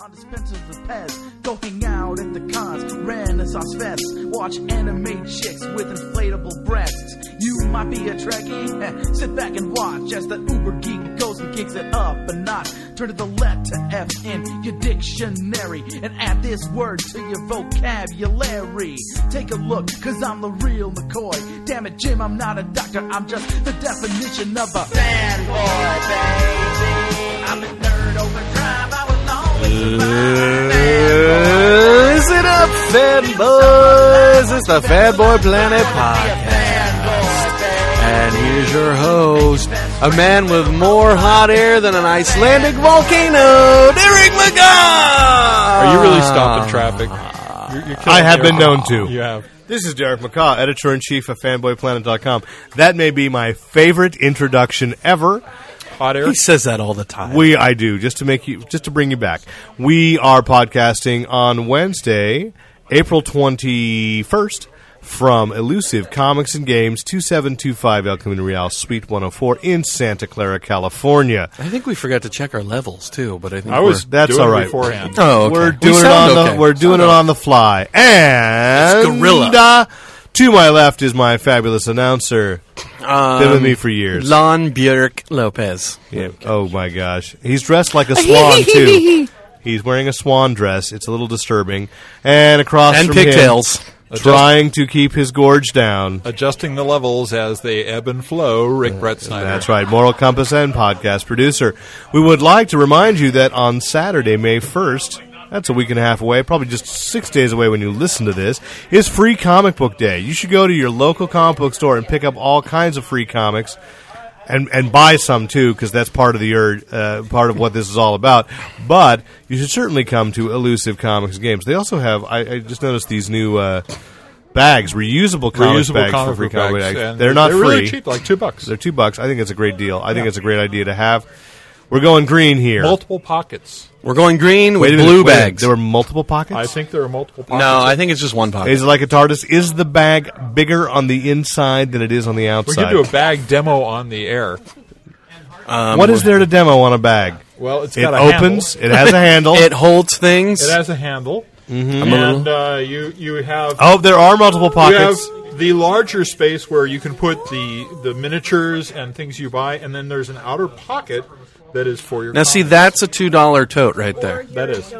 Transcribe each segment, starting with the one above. On dispensers of Pez, go hang out at the cons, Renaissance fests, watch anime chicks with inflatable breasts. You might be a Trekkie, eh, sit back and watch as the Uber geek goes and kicks it up a notch. Turn to the letter F in your dictionary and add this word to your vocabulary. Take a look, cause I'm the real McCoy. Damn it, Jim, I'm not a doctor, I'm just the definition of a fanboy, baby. I'm a nerd overdrive, I will always survive. Is it up, fanboys? It's the Fanboy Planet Podcast. And here's your host, a man with more hot air than an Icelandic volcano, Derek McGaw! Are you really Ah. stopping traffic? You're, you're killing I have me been right known now. to. You have. This is Derek McCaw, editor in chief of fanboyplanet.com. That may be my favorite introduction ever. Hot air. He says that all the time. We I do just to make you just to bring you back. We are podcasting on Wednesday, April 21st from Elusive Comics and Games 2725 El Camino Real Suite 104 in Santa Clara, California. I think we forgot to check our levels, too, but I think I we're- was That's doing all it right. beforehand. Oh, okay. We're We doing it sound on okay. the we're doing Sound it on the fly. And gorilla. uh, to my left is my fabulous announcer. Been with Um, me for years. Lon Bjork Lopez. Yeah. Oh my gosh. He's dressed like a swan too. He's wearing a swan dress. It's a little disturbing. And across And from him, pigtails. trying to keep his gorge down. Adjusting the levels as they ebb and flow, Rick Brett Snyder. That's right, Moral Compass and podcast producer. We would like to remind you that on Saturday, May 1st, that's a week and a half away, probably just six days away when you listen to this, is Free Comic Book Day. You should go to your local comic book store and pick up all kinds of free comics. And, and buy some too because that's part of the urge, uh, part of what this is all about. But you should certainly come to Elusive Comics Games. They also have I, I just noticed these new uh, bags, reusable comic Reusable bags for comic free book comic bags, bags. and They're not they're free. really cheap, like two bucks. They're two bucks. I think it's a great deal. I think it's a great idea to have. We're going green here. Multiple pockets. We're going green Wait with a minute, blue wait a minute. bags. There were multiple pockets. I think there are multiple pockets. no, I think it's just one pocket. Is it like a TARDIS? Is the bag bigger on the inside than it is on the we outside? could do a bag demo on the air. Um, what is there to demo on a bag? Well, it's it got a opens. handle. It has a handle. it holds things. It has a handle, Mm-hmm. a and uh, you you have oh, there are multiple you have pockets. the larger space where you can put the the miniatures and things you buy, and then there's an outer pocket that is for your. now, see, comics. that's a $2 tote right there. that is,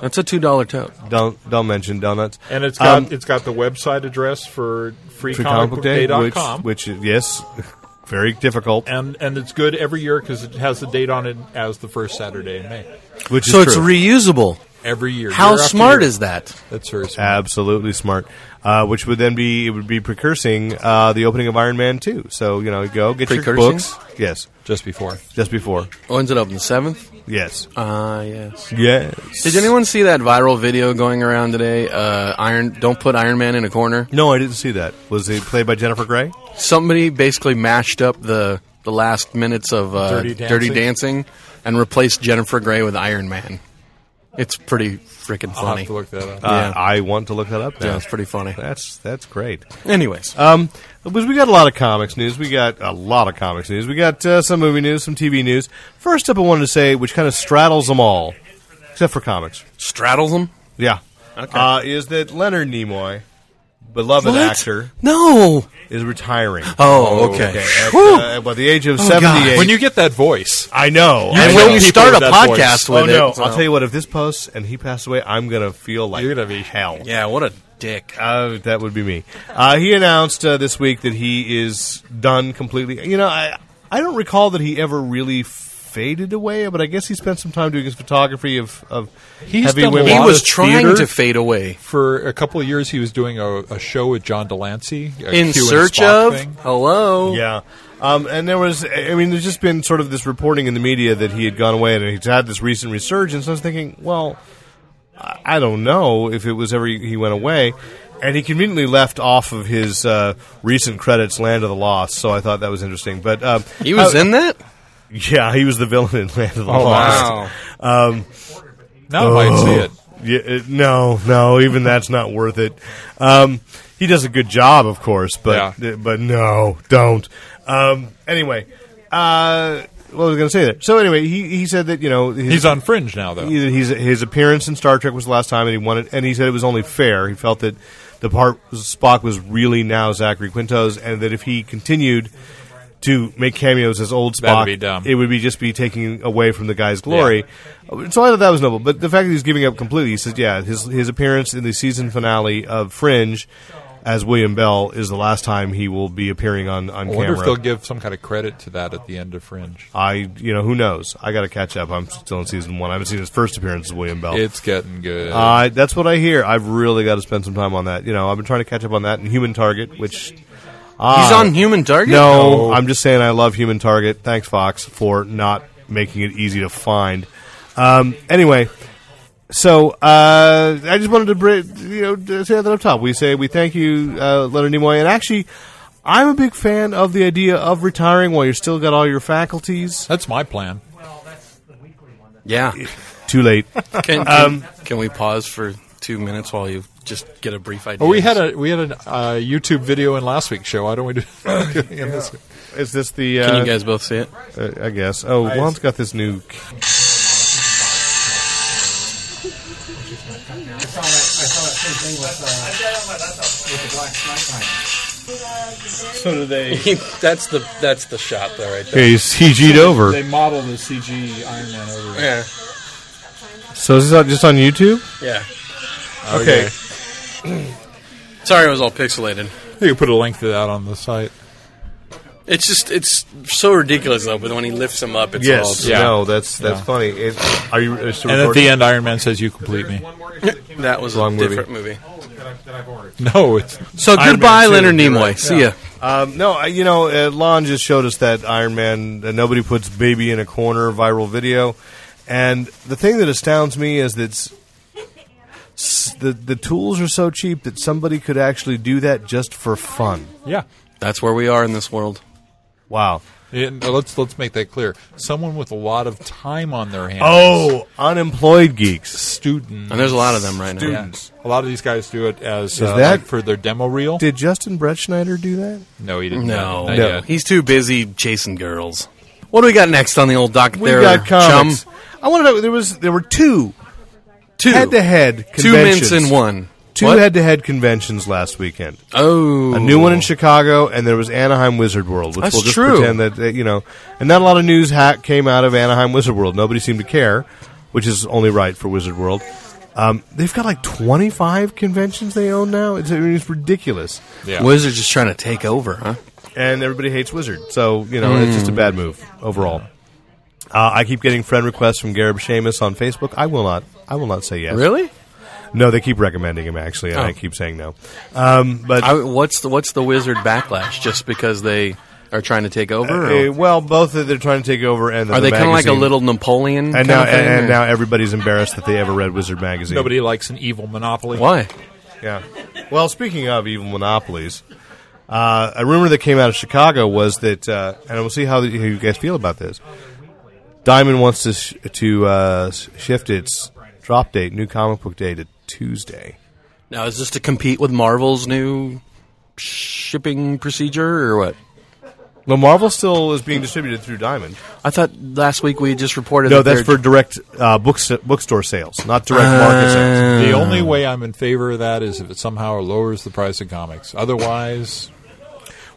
That's a $2 tote. Don't don't mention donuts. and it's got Um, it's got the website address for free, for comic book day, which, com. which is- yes, very difficult. and and it's good every year because it has the date on it as the first Saturday in May Which So is it's true. reusable. every year. How year after smart year. is that? That's very smart. Absolutely smart. Uh, which would then be it would be precursing uh, the opening of Iron Man two. So you know, go get your Precursing? books. Yes, Just before Uh, just before. When's it open? The seventh? Yes, Ah, yes. yes. Did anyone see that viral video going around today? Uh, Iron, don't put Iron Man in a corner. No, I didn't see that. Was it played by Jennifer Grey? Somebody basically mashed up the the last minutes of uh, Dirty Dancing. Dancing and replaced Jennifer Grey with Iron Man. It's pretty freaking I'll funny. have to look that up. Uh, Yeah. I want to look that up. Now. Yeah, it's pretty funny. That's that's great. Anyways, uh, Um, because we got a lot of comics news. We got a lot of comics news. We got uh, some movie news, some TV news. First up, I wanted to say, which kind of straddles them all, except for comics. straddles them. Yeah. Okay. Uh, is that Leonard Nimoy, beloved actor, No. is retiring. Oh, okay. At, Whew. Oh, uh, by the age of God. 78. When you get that voice, I know. I and know. when you people start a with that voice. podcast oh, with no. it, so- I'll tell you what, if this posts and he passed away, I'm going to feel like You're gonna be- hell. Yeah, what a dick. Uh, that would be me. Uh, he announced uh, this week that he is done completely. You know, I I don't recall that he ever really faded away, but I guess he spent some time doing his photography of of He's heavy done a women. He lot was of trying theater. to fade away. for a couple of years, he was doing a, a show with John Delancey. a In Q and search Spock of. thing. Hello. Yeah. Um, and there was, I mean, there's just been sort of this reporting in the media that he had gone away and he's had this recent resurgence. I was thinking, well, I I don't know if it was ever he went away. And he conveniently left off of his uh, recent credits, Land of the Lost, so I thought that was interesting. But um, He was uh, in that? Yeah, he was the villain in Land of the Lost. Wow. Um, Now I might see it. Oh. Yeah, it- no, no, even that's not worth it. Um, he does a good job, of course, but Yeah. but no, don't. Um, anyway, uh, Well, I was going to say that. So anyway, he, he said that you know his, He's on Fringe now, though. he- his his appearance in Star Trek was the last time, and he wanted, and he said it was only fair. He felt that the part was- Spock was really now Zachary Quinto's, and that if he continued to make cameos as old That'd Spock, be dumb. it would be just be taking away from the guy's glory. So I thought that was noble, but the fact that he's giving up completely, he says, yeah, his his appearance in the season finale of Fringe. As William Bell is the last time he will be appearing on on I wonder camera. if they'll give some kind of credit to that at the end of Fringe. I, you know, who knows? I got to catch up. I'm still in season one. I haven't seen his first appearance as William Bell. It's getting good. Oh. uh, that's what I hear. I've really got to spend some time on that. You know, I've been trying to catch up on that and Human Target, which He's on Human Target. no, I'm just saying I love Human Target. Thanks, Fox, for not making it easy to find. Um, anyway, so uh, I just wanted to bri- you know to say that up top. We say we thank you, uh, Leonard Nimoy, and actually, I'm a big fan of the idea of retiring while you're still got all your faculties. That's my plan. Yeah. Too late. Can, can, can we pause for two minutes while you just get a brief idea? Oh, we had a we had a uh, YouTube video in last week's show. Why don't we do it in this? Is this the? Uh, Can you guys both see it? uh, I guess. Oh, Juan's got this new. c- So do they? that's the that's the shot though, right there. Okay, he's CG'd over. They model the CG Iron Man over. it. Yeah, So is this on- just on YouTube? yeah. Oh, Okay, Sorry, it was all pixelated. you can put a link to that on the site. It's just it's so ridiculous though. But when he lifts him up, it's all Yeah. No, that's that's Yeah. funny. It, are you? Are you still And at recording? the end, Iron Man says, "You complete me." that was Wrong a movie. different movie. No, it's So Iron goodbye, Man two. Leonard You're Nimoy. right. See ya. Um, no, I- you know, uh, Lon just showed us that Iron Man, uh, Nobody Puts Baby in a Corner viral video. And the thing that astounds me is that s- s- the, the tools are so cheap that somebody could actually do that just for fun. Yeah. That's where we are in this world. Wow. And let's let's make that clear. Someone with a lot of time on their hands. Oh, unemployed geeks. students. And there's a lot of them right now. Yeah. A lot of these guys do it as uh, that- like for their demo reel. Did Justin Bretschneider do that? no, he didn't. No, Not No. yet. he's too busy chasing girls. What do we got next on the old docket? We there, got comics. chum? I want to know there was there were two Two head to head two mints in one. Two What? head to head conventions last weekend. Oh, a new one in Chicago, and there was Anaheim Wizard World, which That's we'll just true. pretend that that, you know. And not a lot of news hack came out of Anaheim Wizard World. Nobody seemed to care, which is only right for Wizard World. Um, they've got like twenty five conventions they own now. It's, I mean, it's ridiculous, Yeah. Wizards just trying to take over, huh? and everybody hates Wizard. So you know, it's Hmm. just a bad move overall. Uh, I keep getting friend requests from Garib Sheamus on Facebook. I will not. I will not say yes. Really? No, they keep recommending him actually, and Oh. I keep saying no. Um, but I, what's the what's the wizard backlash? Just because they are trying to take over? Uh, or- well, both that they're trying to take over, and are they kind of like a little Napoleon? And kind now, of thing, and, and or- now everybody's embarrassed that they ever read Wizard magazine. Nobody likes an evil monopoly. why? Yeah. Well, speaking of evil monopolies, uh, a rumor that came out of Chicago was that, uh, and we'll see how, the, how you guys feel about this. Diamond wants to sh- to uh, s- shift its drop date, new comic book day, to Tuesday. Now is this to compete with Marvel's new shipping procedure or what? Well, Marvel still is being distributed through Diamond. I thought last week we just reported. No, that that's they're- for direct uh, books bookstore sales, not direct market sales. The only Mm. way I'm in favor of that is if it somehow lowers the price of comics. Otherwise,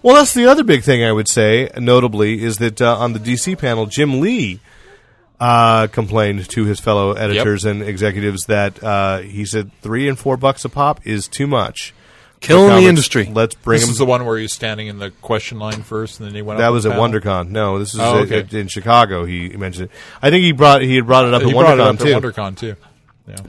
Well, that's the other big thing I would say, notably, is that uh, on the DC panel, Jim Lee uh, complained to his fellow editors and executives that uh, he said three and four bucks a pop is too much. killing Comics, the industry. Let's bring this them. is the one where he's standing in the question line first, and then he went. that up was the at panel. WonderCon. No, this is Oh, at- okay. at- in Chicago. He mentioned it. I think he brought he had brought it up He at brought it WonderCon up too. at WonderCon too.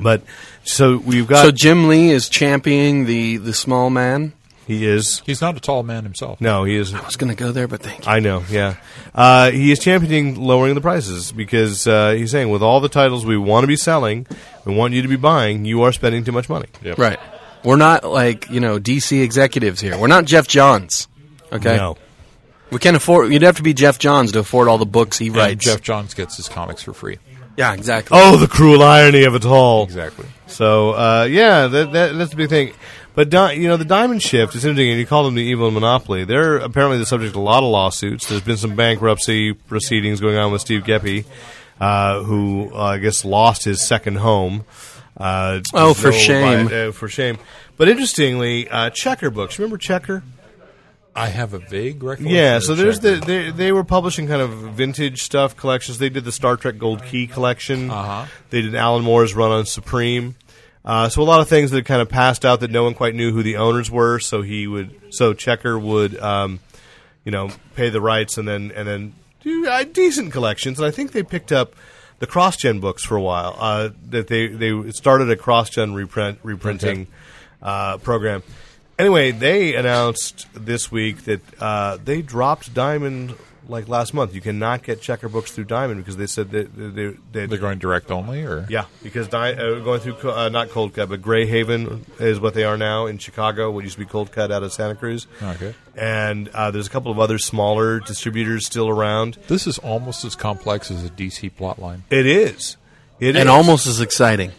But so we've got So Jim Lee is championing the the small man. he is He's not a tall man himself. no he is I was going to go there, but thank you. I know, yeah. Uh, he is championing lowering the prices because uh, he's saying with all the titles we want to be selling, we want you to be buying, you are spending too much money. Right. We're not like you know DC executives here. We're not Jeff Johns. Okay. No. We can't afford. You'd have to be Jeff Johns to afford all the books he And writes. Jeff Johns gets his comics for free. yeah, exactly. Oh, the cruel Oh, irony of it all. Exactly. So, uh, yeah, that, that, that's the big thing. But di- you know, the Diamond Shift is interesting. and You call them the evil monopoly. They're apparently the subject of a lot of lawsuits. There's been some bankruptcy proceedings going on with Steve Geppy, uh, who uh, I guess lost his second home. Uh, Oh, for no- shame. uh, for shame. But interestingly, uh, Checker Books. Remember Checker? I have a vague recollection. Yeah, of so there's Checker. the they, they were publishing kind of vintage stuff collections. They did the Star Trek Gold Key collection. Uh-huh. They did Alan Moore's run on Supreme. Uh, so a lot of things that kind of passed out that no one quite knew who the owners were. So he would, so Checker would, um, you know, pay the rights and then and then do uh, decent collections. And I think they picked up the CrossGen books for a while. Uh, that they they started a CrossGen reprint reprinting uh, program. Anyway, they announced this week that uh, they dropped Diamond like last month. You cannot get checker books through Diamond because they said that they, they, They're going direct only, or yeah, because di- uh, going through co- uh, not Cold Cut, but Gray Haven is what they are now in Chicago. What used to be Cold Cut out of Santa Cruz. Okay. And uh, there's a couple of other smaller distributors still around. This is almost as complex as a DC plotline. It is. It and is. almost as exciting.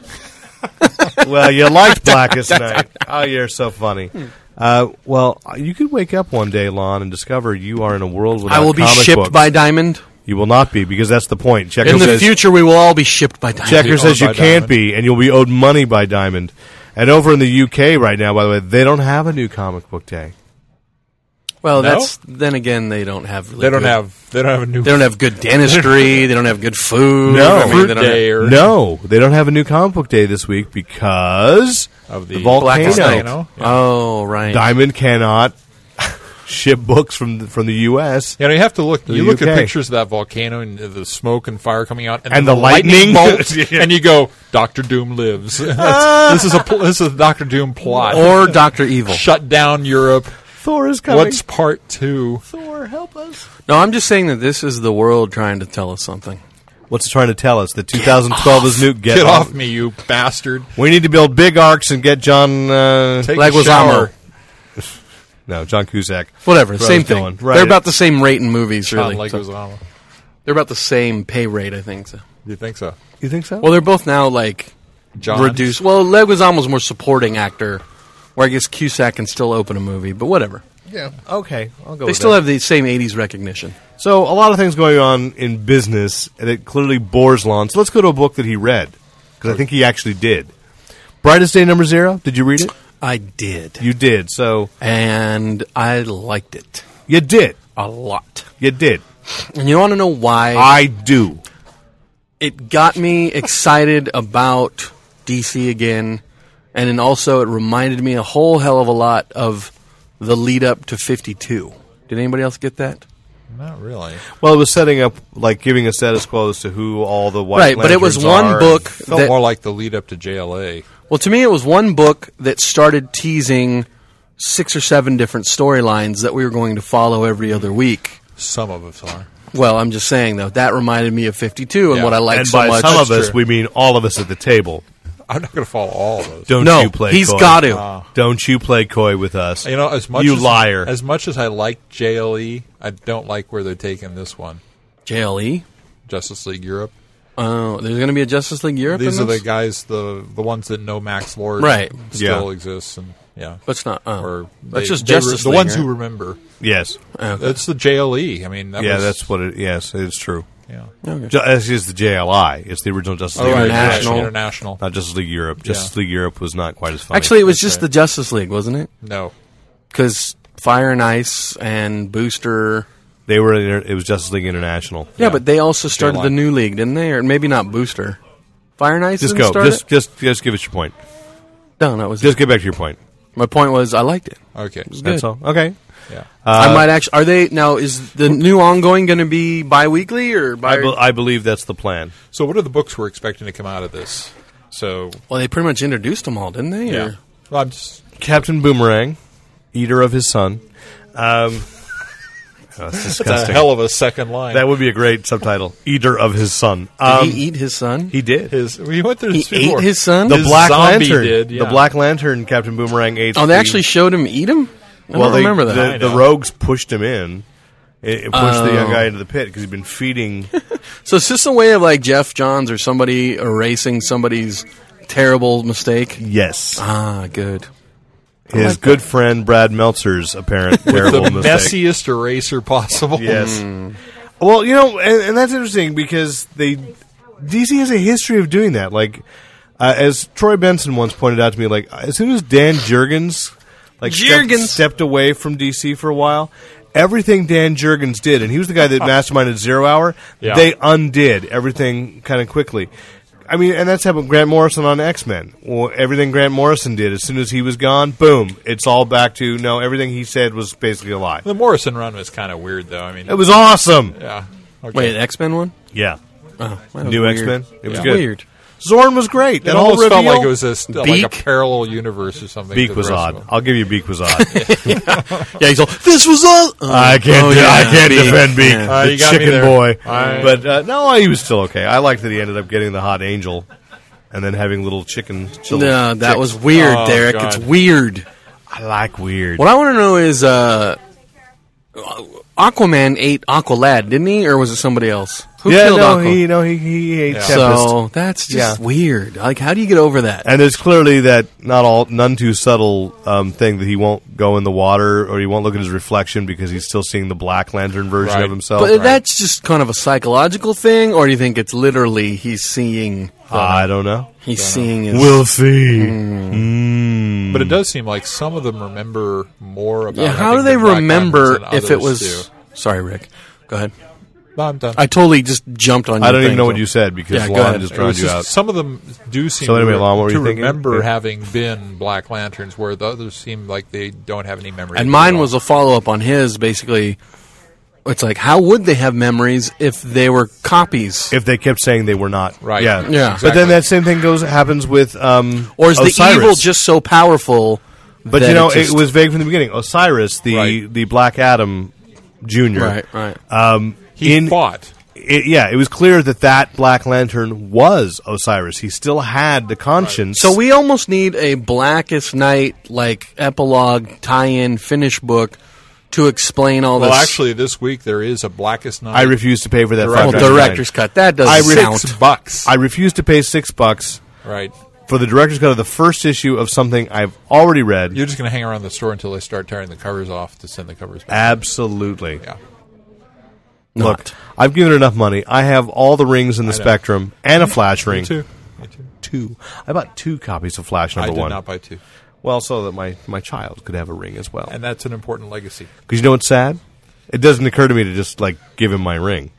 well, you liked Blackest Night. Oh, you're so funny. Uh, well, you could wake up one day, Lon, and discover you are in a world without I will be comic shipped books. by Diamond. You will not be because that's the point. Checker In the says, future, we will all be shipped by Diamond. Checker owned says you by can't Diamond. be, and you'll be owed money by Diamond. And over in the UK right now, by the way, they don't have a new comic book day. Well, No? that's then again they don't have really They don't good- have. They don't have a new. they don't have good dentistry. they don't have good food. No. I mean, Fruit they don't have- day or No, they don't have a new comic book day this week because Of the volcano. Blackest Night. Volcano, yeah. Oh right. Diamond cannot ship books from the, from the U.S. You know, you have to look. You The look at UK. pictures of that volcano and the smoke and fire coming out, And then the lightning. bolts, Yeah. and you go, "Doctor Doom lives." That's- this is a pl- this is a Doctor Doom plot. Oh, or Doctor Evil. shut down Europe. Thor is coming. What's part two? Thor? Help us! No, I'm just saying that this is the world trying to tell us something. What's it trying to tell us? That 2012 is new. Get, Get off me, you bastard! We need to build big arcs and get John. Uh, Take a Leguizamo. shower. no, John Cusack. Whatever, Where I same was thing. going. Right. They're about the same rate in movies, John really. So Leguizamo. they're about the same pay rate, I think. So. You think so? You think so? Well, they're both now like John. reduced. Well, Leguizamo's more supporting actor, where I guess Cusack can still open a movie, but whatever. yeah. Okay, I'll go. They Oh, with still that. have the same '80s recognition. So a lot of things going on in business that clearly bores Lon. So let's go to a book that he read because I think he actually did. Brightest Day Number Zero. Did you read it? I did, You did. So and I liked it you did. a lot. You did. And you want to know why? I do. it got me excited about DC again, and then also it reminded me a whole hell of a lot of the lead up to 52. Did anybody else get that? Not really. Well, it was setting up like giving a status quo as to who all the white Right, but it was Lanterns are one and- book Felt that- more like the lead up to JLA. Well, to me, it was one book that started teasing six or seven different storylines that we were going to follow every other week. Some of us are. Well, I'm just saying though that reminded me of 52 and Yeah. what I liked and so by much. some of That's us, true. we mean all of us at the table. I'm not going to follow all of those. Don't no, you play? he's coy. got to. Don't you play coy with us? You know, uh, as much you as, liar. As much as I like JLE, I don't like where they're taking this one. JLE. Justice League Europe. E? Oh, there's going to be a Justice League Europe. These in are the this? guys, the the ones that know Max Lord, Right. Still Yeah. exists, and yeah, That's not. Oh. or that's they- just they Justice re- League, the ones right? who remember. yes. Okay. That's the JLE. I mean, that yeah, was, that's what it. Yes, it's true. yeah. Ju- as is the JLI. It's the original Justice Oh, League. right, International. yeah, international. Not Justice League Europe. Justice League Europe was not quite as funny. Actually, it was just the Justice League, wasn't it? No, because Fire and Ice and Booster. they were. in- It was Justice League International. Yeah, but they also started Sherlock. the new league, didn't they? Or maybe not Booster. Fire and Ice. Just didn't go. Start Just, it? just, just give us your point. no, that was Just get back to your point. my point. Was I liked it? okay, That's all. Okay. yeah. Uh, I might actually. Are they now? Is the new ongoing going to be bi-weekly or I, bi? be- I believe that's the plan. So, what are the books we're expecting to come out of this? So, well, they pretty much introduced them all, didn't they? yeah. Or- Well, I'm just Captain Boomerang, eater of his son. Um, oh, that's that's a disgusting. hell of a second line. that would be a great subtitle. Eater of his son. Did Um, he eat his son? he did. his, we went through He this before. ate his son. the his Black zombie Lantern. did, yeah. The Black Lantern. Captain Boomerang ate. oh, they the- actually showed him eat him. I well, don't they- remember that. The, the rogues pushed him in. It, it pushed the young Oh. guy into the pit because he'd been feeding. So it's just a way of like Jeff Johns or somebody erasing somebody's terrible mistake. yes. Ah, good. his good friend Brad Meltzer's apparent terrible the mistake. messiest eraser possible. Yes. Hmm. Well, you know, and, and that's interesting because they DC has a history of doing that. Like, uh, as Troy Benson once pointed out to me, like as soon as Dan Jurgens like stepped, Jurgens. stepped away from DC for a while, everything Dan Jurgens did, and he was the guy that masterminded Zero Hour. Yeah. They undid everything kind of quickly. I mean, and that's happened. with Grant Morrison on X Men. Well, everything Grant Morrison did, as soon as he was gone, boom, it's all back to no. Everything he said was basically a lie. The Morrison run was kind of weird, though. I mean, It was awesome. yeah. Okay. Wait, uh, X Men one? Yeah. Oh, that was New weird. X-Men? It was Yeah. good. Weird. Zorn was great. It That almost whole felt reveal- like it was a, st- like a Beak? parallel universe or something. to Beak the was rest of odd. them. I'll give you Beak was odd. Yeah, he's all. This was all. I can't. Oh, de- I yeah, can't Beak. defend Beak, Yeah. Uh, the you got me chicken there. boy. I- But uh, no, he was still okay. I liked that he ended up getting the hot angel, and then having little chicken. children. No, that chicks. was weird, Oh, Derek. God. It's weird. I like weird. What I want to know is, uh, Aquaman ate Aqualad, didn't he, or was it somebody else? Who yeah, killed no, Aqua? he, no, he, he ate Tempest. so that's just Yeah. weird. Like, how do you get over that? And there's clearly that not all, none too subtle um, thing that he won't go in the water or he won't look at his reflection because he's still seeing the Black Lantern version Right. of himself. but that's just kind of a psychological thing, or do you think it's literally he's seeing I don't know. he's seeing his We'll see. Mm. But it does seem like some of them remember more about. Mm. yeah, Oh, I how do think, they the Black remember Lanterns than if it others was? Sorry, Rick. Go ahead. do. No, I'm done. I totally just jumped on. I your don't even thing, know what so- you said because Yeah, go Lon ahead. just It was drowned you just- out. Some of them do seem So anyway, to, Lon, what were to you thinking? remember Yeah. having been Black Lanterns, where the others seem like they don't have any memory. And of it at mine all. was a follow up on his. Basically, it's like how would they have memories if they were copies? If they kept saying they were not, Right. Yeah, Yeah. But then that same thing goes happens with um, or is the Osiris. evil just so powerful? But that you know, it it, just- was vague from the beginning. Osiris, the Right. the Black Adam Junior, right, right. Um, he in, fought. it- yeah, it was clear that that Black Lantern was Osiris. He still had the conscience. So we almost need a Blackest Night like epilogue tie-in finish book to explain all Well, this. actually, this week there is a Blackest Night. I refuse to pay for that. well, $5.99. Oh, director's cut. That I doesn't re- count. six bucks. I refuse to pay six bucks right. for the director's cut of the first issue of something I've already read. You're just going to hang around the store until they start tearing the covers off to send the covers back. Absolutely. Yeah. Look, I've given it enough money. I have all the rings in the spectrum and a flash ring. Two. Me too. Two. I bought two copies of Flash I number did one. not buy two. well, so that my, my child could have a ring as well. And that's an important legacy. Because you know what's sad? It doesn't occur to me to just like give him my ring.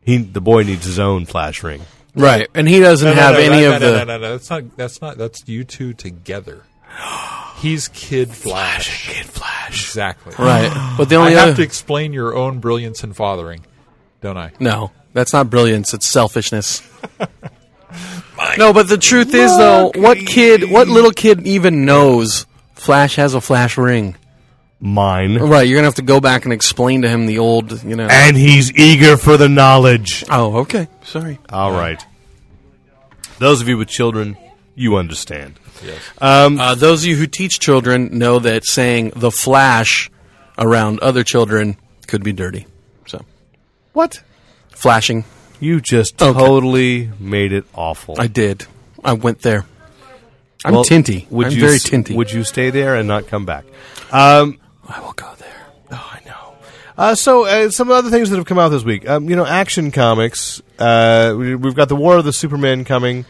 He the boy needs his own flash ring. right, and he doesn't have no, any no, of no, the. No, no, no, That's not. That's not. That's you two together. He's Kid Flash. Kid Flash. Exactly. Right, but the I only have other to explain your own brilliance in fathering, don't I? no, that's not brilliance. It's selfishness. no, but the truth is though, what kid, what little kid even knows Flash has a Flash ring? Mine. Right, you're gonna have to go back and explain to him the old, you know. And he's eager for the knowledge. Oh, okay. Sorry. All right. Those of you with children, you understand. Um, Uh, those of you who teach children know that saying the flash around other children could be dirty. So, What? flashing. You just Okay. totally made it awful. I did. I went there. I'm Well, tinty. I'm you very s- tinty. Would you stay there and not come back? I will go there. Oh, I know. Uh, so uh, some other things that have come out this week. Um, you know, Action Comics. Uh, we, we've got the War of the Superman coming.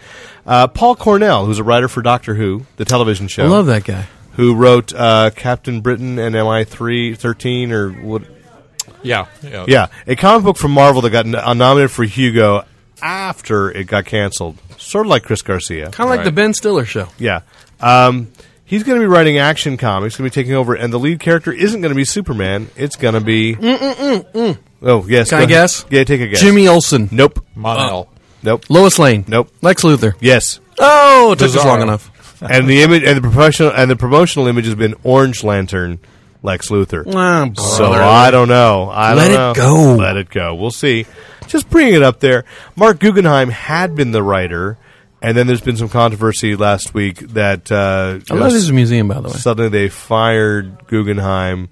Uh, Paul Cornell, who's a writer for Doctor Who, the television show, I love that guy. who wrote uh, Captain Britain and MI three thirteen or what? Yeah. Yeah. Yeah, a comic book from Marvel that got n- uh, nominated for Hugo after it got canceled. Sort of like Chris Garcia. Kind of like Right. the Ben Stiller show. Yeah. Um, he's going to be writing action comics, going to be taking over, and the lead character isn't going to be Superman. It's going to be. Oh, yes. Can go I ahead. guess? Yeah, take a guess. Jimmy Olsen. Nope. Monel. Nope. Lois Lane. Nope. Lex Luthor. Yes. Oh, it took us Bizarro. long enough. and the image and the professional and the promotional image has been Orange Lantern, Lex Luthor. Ah, So brother. I don't know. I Let don't it know. go. Let it go. We'll see. Just bring it up there. Mark Guggenheim had been the writer, and then there's been some controversy last week that uh, I you know, love his museum, by the way. Suddenly they fired Guggenheim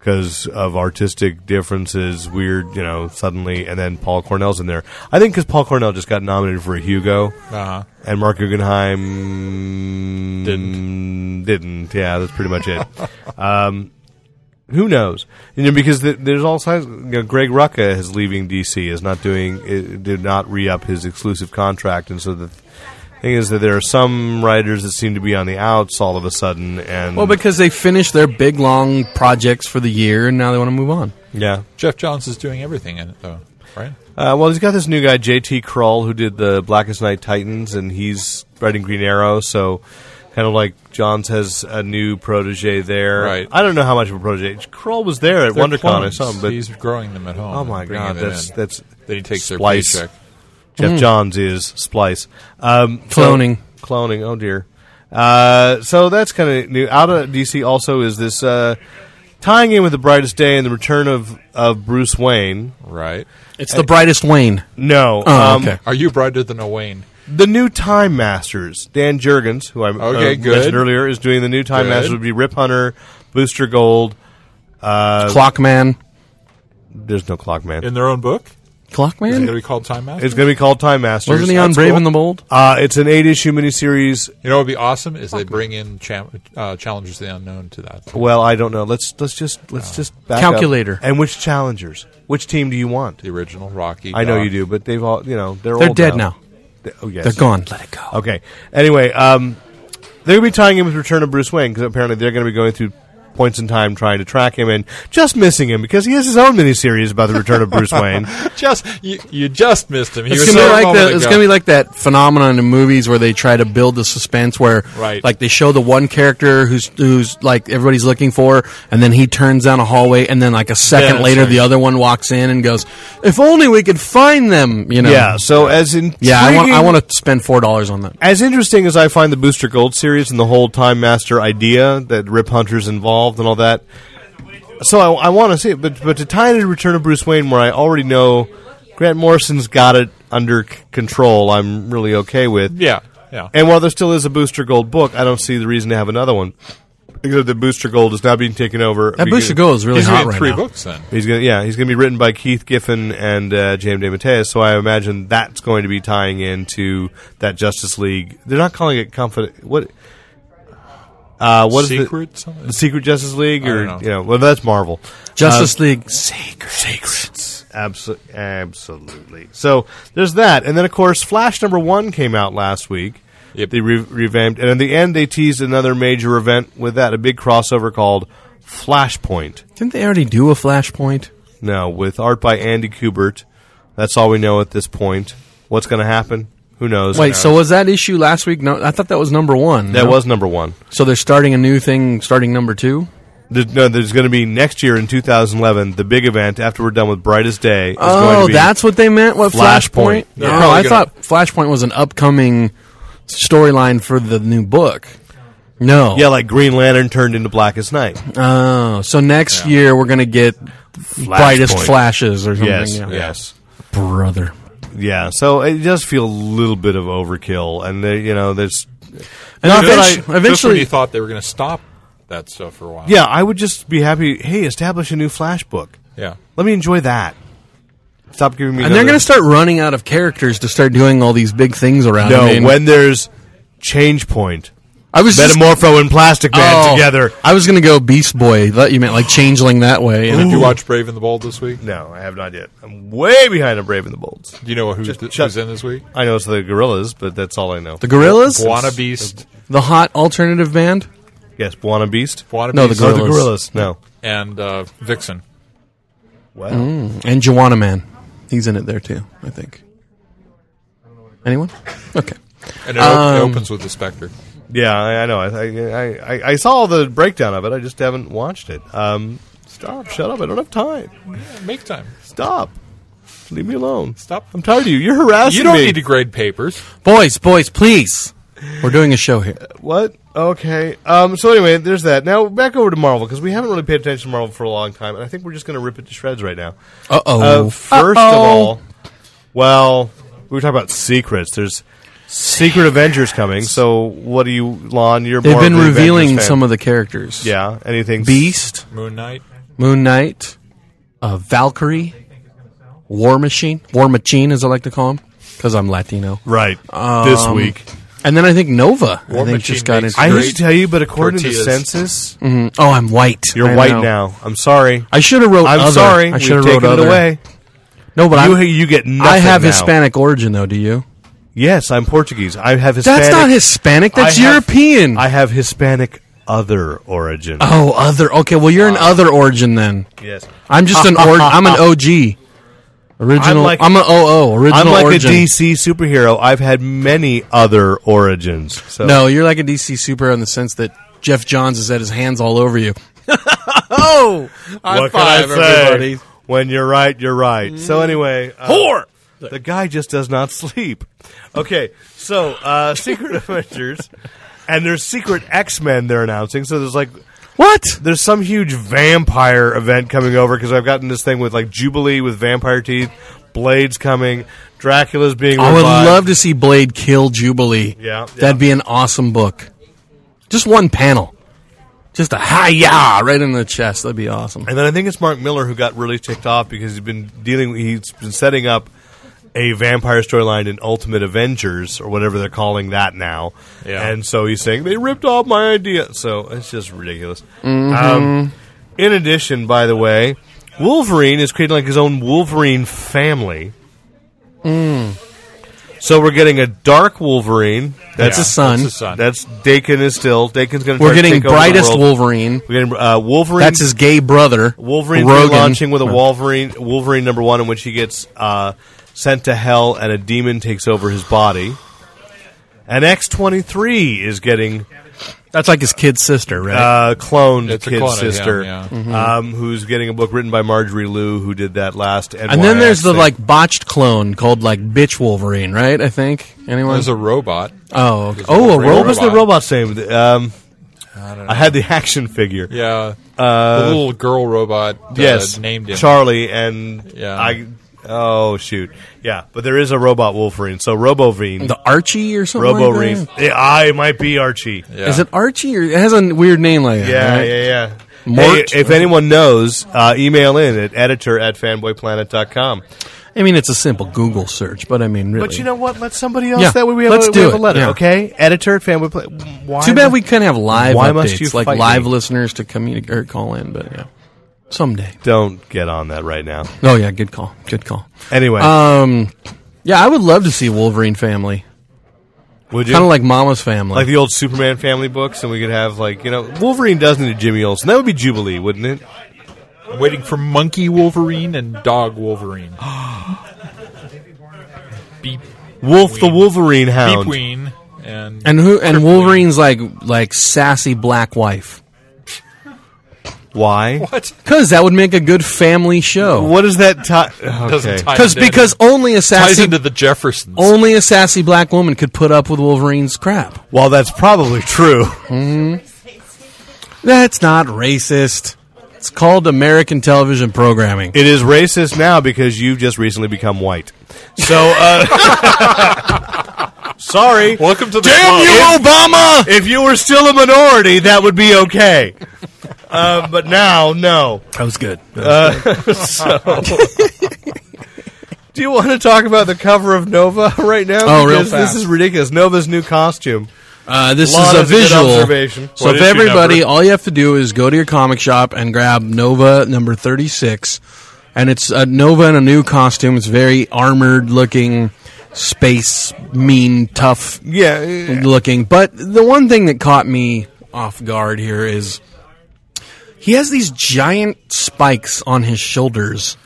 because of artistic differences, weird, you know, suddenly, and then Paul Cornell's in there. I think because Paul Cornell just got nominated for a Hugo, Uh-huh. and Mark Guggenheim didn't. Didn't. Yeah, that's pretty much it. um, who knows? You know, because th- there's all sides. You know, Greg Rucka is leaving DC. Is not doing. i- Did not re up his exclusive contract, and so the thing is that there are some writers that seem to be on the outs all of a sudden. And Well, because they finished their big long projects for the year and now they want to move on. yeah, Jeff Johns is doing everything in it, though, right? Uh, well, he's got this new guy, JT Krull, who did the Blackest Night Titans, and he's writing Green Arrow, so kind of like Johns has a new protege there. Right. I don't know how much of a protege. Krull was there at They're WonderCon or clones. something, but he's growing them at home. oh my and bringing god, them that's in. that's then he takes splice. their paycheck. Jeff Johns is Splice. Um, so- Mm. Cloning. cloning. Oh dear. Uh, so that's kind of new. Out of DC also is this uh, tying in with the brightest day and the return of of Bruce Wayne. Right. It's the brightest Wayne. No, Oh, um, okay. Are you brighter than a Wayne? The new Time Masters, Dan Jurgens, who I uh, Okay, good. mentioned earlier, is doing the new Time Good. Masters. Would be Rip Hunter, Booster Gold. uh, Clockman. There's no clock man. In their own book? Is it going Clockman? to be called Time Master? It's going to be called Time Masters. Wasn't he on That's Brave cool. and the Bold? Uh, it's an eight-issue miniseries. you know what would be awesome is they bring in cham- uh, Challengers of the Unknown to that. Well, I don't know. Let's let's just let's just back up. Calculator. And which challengers? Which team do you want? The original Rocky. I know Doc. you do, but they've all you know they're They're old uh, dead now. They- oh yes, They're gone. Let it go. Okay. Anyway, um, they're going to be tying him with Return of Bruce Wayne because apparently they're going to be going through points in time trying to track him and just missing him because he has his own miniseries about the return of Bruce Wayne. Just you, you just missed him. He It's was gonna, there a be like moment the, it's ago. gonna be like that phenomenon in movies where they try to build the suspense where Right. like they show the one character who's who's like everybody's looking for and then he turns down a hallway and then like a second that's later right. the other one walks in and goes, If only we could find them you know. Yeah. So as in Yeah, I want I want to spend four dollars on that. as interesting as I find the Booster Gold series and the whole Time Master idea that Rip Hunter's involved and all that. So I, I want to see it, but but to tie it to Return of Bruce Wayne, where I already know Grant Morrison's got it under c- control, I'm really okay with. Yeah. Yeah. And while there still is a Booster Gold book, I don't see the reason to have another one. Except that Booster Gold is now being taken over. That Booster Gold is really He's hot in right three now. books then. He's gonna, yeah, he's going to be written by Keith Giffen and uh, James De Mateus. So I imagine that's going to be tying into that Justice League. They're not calling it confident. What? Uh, what is Secret the, something? the Secret Justice League, I or don't know. you know, well, that's Marvel. Justice League Sacred Secrets. Absolutely, absolutely. So there's that, and then of course, Flash number one came out last week. Yep. They re- revamped, and in the end, they teased another major event with that—a big crossover called Flashpoint. Didn't they already do a flashpoint? No, with art by Andy Kubert. That's all we know at this point. What's going to happen? Who knows? Uh, Wait, so was that issue last week? No, I thought that was number one. that no? was number one. so they're starting a new thing, starting number two. There's, no, there's going to be next year in 2011 the big event after we're done with Brightest Day. Is going Oh, to be, that's what they meant. What Flashpoint. Flashpoint? Yeah. No, Probably I gonna- thought Flashpoint was an upcoming storyline for the new book. No. yeah, like Green Lantern turned into Blackest Night. Oh, so next year we're gonna get brightest Flashpoint. flashes or something. Yes, yeah. yes, brother. yeah. So it does feel a little bit of overkill, and they, you know, there's And Not that I- eventu- just when Just when eventually, you thought they were going to stop that stuff for a while. yeah. I would just be happy. Hey, establish a new Flash book. Yeah. Let me enjoy that. Stop giving me. and they're another- gonna start running out of characters to start doing all these big things around. No, I mean, when there's change point. I was just- Metamorpho and Plastic Man Oh, together. I was gonna go Beast Boy. I thought you meant like Changeling that way. And if you watch Brave and the Bold this week, No, I have not yet. I'm way behind on Brave and the Bolds. do you know who's, Just th- shut- who's in this week? I know it's the Gorillas, but that's all I know. the Gorillas, Guana Beast. the hot alternative band. yes, Buona Beast. Guana No, the Beast Oh, the Gorillaz. Gorillas. Mm. No. and uh, Vixen. Wow. And Joanna Man. He's in it there too, I think. Anyone? Okay. And it, op- it opens with the Spectre. Yeah, I, I know. I, I, I, I saw the breakdown of it. I just haven't watched it. Um, stop. Shut up. I don't have time. Make time. Stop. Leave me alone. Stop. I'm tired of you. You're harassing me. You don't need to grade papers. Boys, boys, please. We're doing a show here. What? Okay. Um, so anyway, there's that. Now back over to Marvel because we haven't really paid attention to Marvel for a long time, and I think we're just going to rip it to shreds right now. Uh Uh, oh. 1st of all, well, we were talking about secrets. There's Secret Avengers coming. So what do you, Lon? You're They've more been of the revealing Avengers fan. some of the characters. yeah. Anything? Beast, Moon Knight. Moon Knight, uh, Valkyrie, War Machine. War Machine, as I like to call him, because I'm Latino. Right. this week. And then I think Nova. I War think Machine just got makes into. Um, I hate great to tell you, but according to tortillas. the census, oh, I'm white. you're I white know. now. I'm sorry. I should have wrote. I'm other. sorry. I We've should have wrote taken other. it away. No, but You, I, you get nothing I have now. Hispanic origin though. Do you? Yes, I'm Portuguese. I have Hispanic. That's not Hispanic. That's I have- European. I have Hispanic other origin. oh, other. Okay, well, Uh. you're an other origin then. yes. I'm just an org. I'm an OG. Original. I'm I'm, like- an OO. Original I'm like origin. a DC superhero. I've had many other origins. So No, you're like a DC superhero in the sense that Jeff Johns has had his hands all over you. oh, high what five, can I say? everybody. Mm. When you're right, you're right. So anyway, uh, The guy just does not sleep. Okay, so uh, Secret Avengers, and there's Secret X Men they're announcing. So there's like What? there's some huge vampire event coming over because I've gotten this thing with like Jubilee with vampire teeth, Blades coming, Dracula's being. I would revived. love to see Blade kill Jubilee. Yeah, That'd be an awesome book. Just one panel. Just a hi ya right in the chest. That'd be awesome. And then I think it's Mark Miller who got really ticked off because he's been dealing. He's been setting up a vampire storyline in Ultimate Avengers or whatever they're calling that now. Yeah. And so he's saying they ripped off my idea. So it's just ridiculous. Mm-hmm. Um, in addition, by the way, Wolverine is creating like his own Wolverine family. Mm. So we're getting a dark Wolverine. That's his son. That's his son. That's Dakin is still Dakin's going to. We're getting brightest Wolverine. We're getting uh, Wolverine. That's his gay brother. Wolverine's Rogan. launching with a Wolverine Wolverine number one in which he gets uh, sent to hell and a demon takes over his body. And X twenty three is getting That's like his kid sister, right? uh, cloned It's a kid clone of him, sister, yeah. Mm-hmm. um, who's getting a book written by Marjorie Liu, who did that last. NYX and then there's the thing. like botched clone called like bitch Wolverine, right? I think anyone. There's a robot. oh, okay. there's a oh, a Wolverine what was robot. the robot's name? The, Um, I don't know. uh, I had the action figure. yeah. the little girl robot uh, yes, named him. Charlie, and Yeah. I. Oh shoot, yeah, but there is a robot Wolverine, so Robovine. The Archie or something. Robo like Reef. that? Yeah, I might be Archie. Yeah, Yeah. Is it Archie or it has a weird name like that? yeah, right? yeah. Mort? Hey, if anyone knows, uh, email in at editor at fanboyplanet.com. I mean, it's a simple Google search, but I mean, really. But you know what? Let somebody else. Yeah, that way we have, let's a, we do have a it, letter, yeah. okay? Editor at fanboyplanet. Why Too bad the- we couldn't have live Why updates, must you like fight live me? listeners to communicate or call in. But yeah, someday. don't get on that right now. Oh yeah, good call, good call. Anyway, Um, yeah, I would love to see Wolverine family, would you kind of like Mama's family. like the old Superman family books, and we could have like you know Wolverine does need a Jimmy Olsen. That would be Jubilee, wouldn't it? I'm waiting for monkey Wolverine and dog Wolverine. Beep, Wolf the Ween. Wolverine Hound. Beepween and and who? And Wolverine's like like sassy black wife, Why? what because that would make a good family show. What is that? Ti- doesn't okay. tie Because it because only a in. ties sassy into the Jeffersons. only a sassy black woman could put up with Wolverine's crap. Well, that's probably true. That's not racist. It's called American television programming. It is racist now because you've just recently become white. So, uh, sorry. Welcome to the club. Damn you, Obama! If you were still a minority, that would be okay. Uh, but now, no. That was good. Uh, Do you want to talk about the cover of Nova right now? Oh, real Because fast. This is ridiculous. Nova's new costume. Uh, this Lot is a of good visual. observation. So What if issue everybody, number? all you have to do is go to your comic shop and grab Nova number thirty six, and it's uh, Nova in a new costume. It's very armored looking, space mean, tough Yeah. looking. But the one thing that caught me off guard here is he has these giant spikes on his shoulders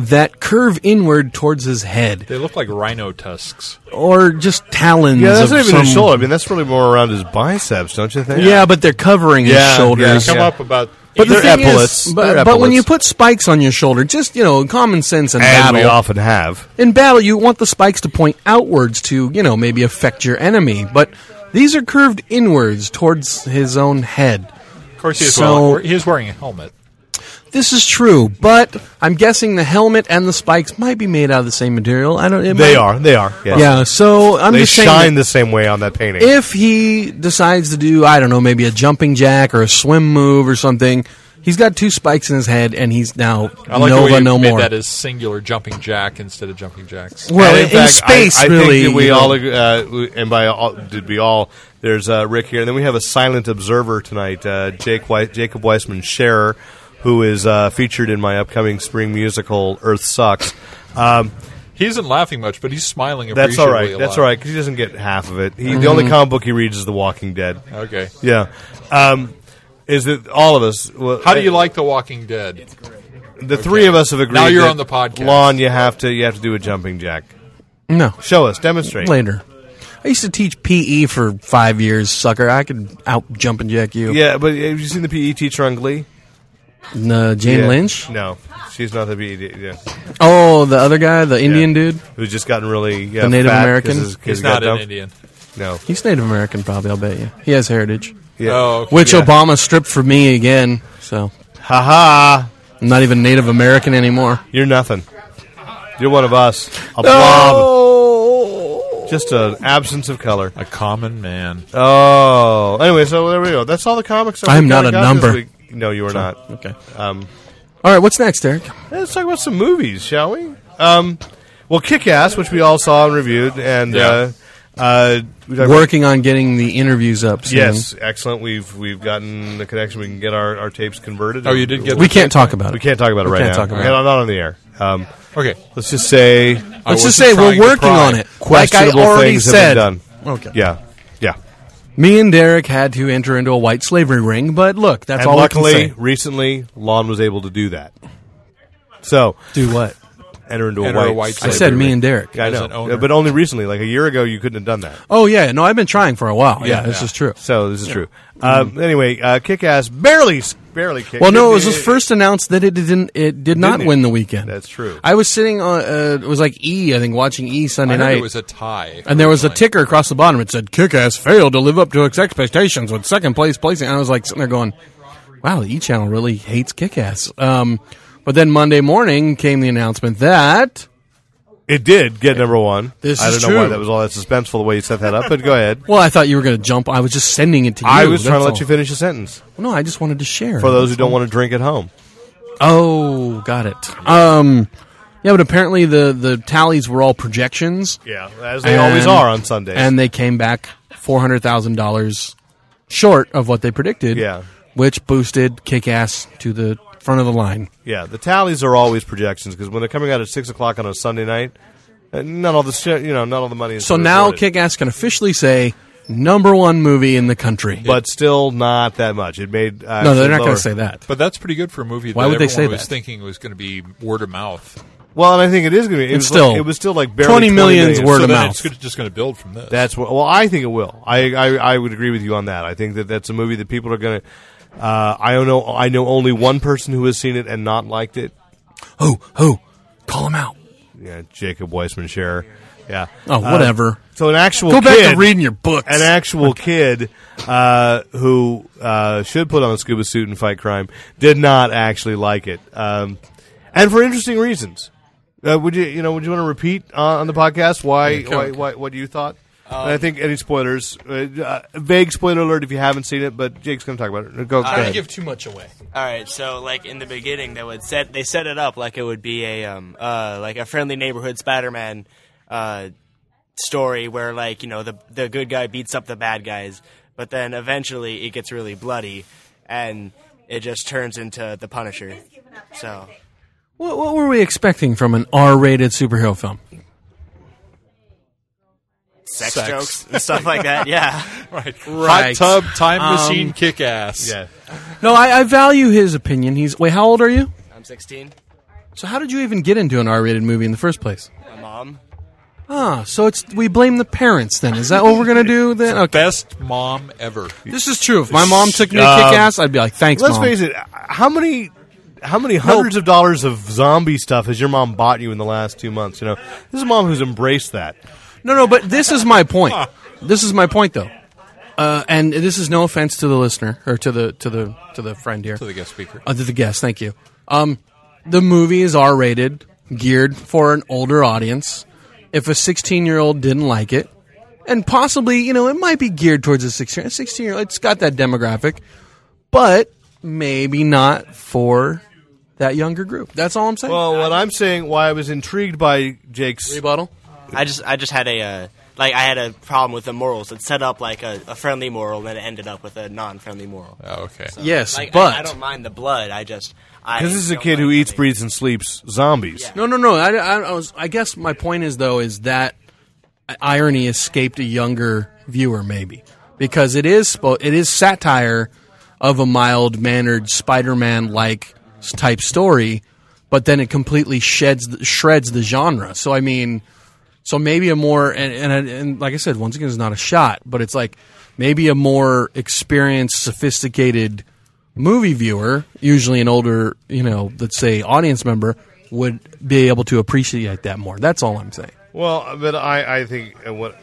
that curve inward towards his head, They look like rhino tusks. or just talons. Yeah, of that's not even some, his shoulder. I mean, that's really more around his biceps, don't you think? Yeah, but they're covering his Yeah, shoulders. yeah. Come up about But the They're thing epaulets. is, but, They're but when epaulets. you put spikes on your shoulder, just you know, common sense in And we battle. often have. in battle, you want the spikes to point outwards to you know maybe affect your enemy, but these are curved inwards towards his own head. of course he is, So- wearing, he is wearing a helmet. This is true, but I'm guessing the helmet and the spikes might be made out of the same material. I don't. It They might- are. They are. Yes. Yeah. So I'm They just saying. shine that the same way on that painting. if he decides to do, I don't know, maybe a jumping jack or a swim move or something, He's got two spikes in his head, and he's now I like the way Nova you no made more. that as singular jumping jack instead of jumping jacks. well, And in, space, I, I really. Think that we you know, all, ag- uh, we- and by all, did we all? There's uh, Rick here, and then we have a silent observer tonight, uh, Jake we- Jacob Weissman Scherer, who is uh, featured in my upcoming spring musical Earth Sucks. Um, He isn't laughing much, but he's smiling. that's all appreciably right. a lot. That's all right because he doesn't get half of it. He, The Mm-hmm. only comic book he reads is The Walking Dead. Okay. Yeah. Um, is that all of us? Well, uh, How do you like The Walking Dead? The three of us have agreed. Now you're that, on the podcast. Lon, you have to you have to do a jumping jack. no, Show us, demonstrate. later. I used to teach PE for five years, sucker. I could out jump and jack you. Yeah, but uh, have you seen the PE teacher on Glee? And, uh, Jane Yeah. Lynch. No, she's not the BED. Yeah. Oh, the other guy, the Indian dude. Who's just gotten really yeah, The Native fat 'cause American? his kids He's got not an dumped? Indian. No. He's Native American, probably. I'll bet you he has heritage, Yeah. Oh, okay. which Yeah. Obama stripped for me again. So Ha ha! I'm not even Native American anymore. You're nothing. You're one of us. A blob. Just an absence of color. a common man. Oh. Anyway, so there we go. That's all the comics. that I am we not kinda a got number. This week. No, you are not. Okay. Um, All right. What's next, Eric? let's talk about some movies, shall we? Um, well, Kick Ass, which we all saw and reviewed, and Yeah. uh, uh, we talked about- Working on getting the interviews up. Soon. Yes, excellent. We've we've gotten the connection. We can get our, our tapes converted. Oh, you did get- We can't talk about it. We can't talk about it We right can't now. talk about Okay, it. I'm not on the air. Um, Okay. let's just say Let's just wasn't say trying we're to working pry. on it. Like I questionable already things said. have been done. Okay. Yeah, yeah. Me and Derek had to enter into a white slavery ring, but look, that's and all we luckily, can say. recently, Lon was able to do that. So Do what? enter into Enter a white. a white I slavery said me ring. and Derek. I as know, an owner. Yeah, but only recently, like a year ago, you couldn't have done that. Oh yeah, no, I've been trying for a while. Yeah, this yeah. is true. So this is true. Um, anyway, uh, Kick Ass barely, barely. Kick- Mm-hmm. Well, no, it was just first announced that it didn't. It did not it? win the weekend. That's true. I was sitting on. Uh, it was like E. I think watching E Sunday I know night. it was a tie. and there was a originally. ticker across the bottom. It said, "Kick-Ass failed to live up to its expectations with second place placing." And I was like sitting there going, "Wow, the E Channel really hates Kick-Ass." Um, but then Monday morning came the announcement that It did get number one. This I is don't know why true. that was all that suspenseful the way you set that up, but go ahead. Well, I thought you were going to jump. I was just sending it to you. I was trying that's to let all. you finish a sentence No, I just wanted to share. for those who don't want to drink at home. Oh, got it. Um, yeah, but apparently the the tallies were all projections. Yeah, as they always And- are on Sundays. and they came back four hundred thousand dollars short of what they predicted. Yeah. which boosted Kick Ass to the front of the line. yeah, the tallies are always projections because when they're coming out at six o'clock on a Sunday night, uh, not all the shit, you know, not all the money is. So now reported. Kick Ass can officially say number one movie in the country. but still not that much. It made uh, no, they're not going going to say that. But that's pretty good for a movie. Why that would they everyone say was that? thinking was going to be word of mouth. Well, and I think it is going to be. It It's was like- still it was still like barely 20 million's million. worth so of then mouth. it's good- just going to build from this. That's what. Well, I think it will. I, I I would agree with you on that. I think that that's a movie that people are going to. Uh, I don't know. I know only one person who has seen it and not liked it. Who? Who? Call him out. Yeah, Jacob Weissman Scherer. Yeah. Oh, Uh, whatever. so an actual Go back kid, to reading your books. an actual kid uh, who uh, should put on a scuba suit and fight crime did not actually like it, um, and for interesting reasons. Uh, would you you know would you want to repeat uh, on the podcast why, why, why what you thought? and I think any spoilers, uh, uh, vague spoiler alert if you haven't seen it, but Jake's going to talk about it. Go, go ahead. too much away. All right, so like in the beginning, they would set they set it up like it would be a um uh like a friendly neighborhood Spider-Man uh story where like you know the the good guy beats up the bad guys, but then eventually it gets really bloody and it just turns into the Punisher. So What, what were we expecting from an R-rated superhero film? sex, Sex. jokes and stuff like that. Yeah, right. Right. Um, Hot tub time machine kick ass. Yeah. No, I, I value his opinion. He's wait, how old are you? I'm 16. So how did you even get into an R-rated movie in the first place? My mom. Ah, so it's we blame the parents then. Is that what we're gonna do then? Okay. Best mom ever. This is true. If my mom took me to Um, kick ass, I'd be like, thanks, Let's mom. face it, how many how many hundreds of dollars of zombie stuff has your mom bought you in the last two months? You know, this is a mom who's embraced that. No, no, but this is my point. This is my point though. Uh, and this is no offense to the listener or to the to the to the friend here. To the guest speaker. Uh, to the guest, thank you. Um, the movie is R rated, geared for an older audience. If a 16 year old didn't like it, and possibly, you know, it might be geared towards a 16 year old, it's got that demographic, but maybe not for that younger group. That's all I'm saying. Well, what I'm saying, why I was intrigued by Jake's Rebuttal. I just I just had a uh, like I had a problem with the morals. It set up like a, a friendly moral, and then it ended up with a non-friendly moral. Oh, okay. Yes, Like, I- but I, don't mind the blood. I just I because this is a don't kid like who that eats, they- breathes, and sleeps zombies. No, no, no. I, I, I was. I guess my point is though is that irony escaped a younger viewer maybe because it is spo- it is satire of a mild mannered Spider-Man like type story, but then it completely sheds the, shreds the genre. So I mean, so maybe a more and, and and like I said, once again, it's not a shot, but it's like maybe a more experienced, sophisticated movie viewer, usually an older, you know, let's say audience member, would be able to appreciate that more. That's all I'm saying. Well, but I, I think uh, what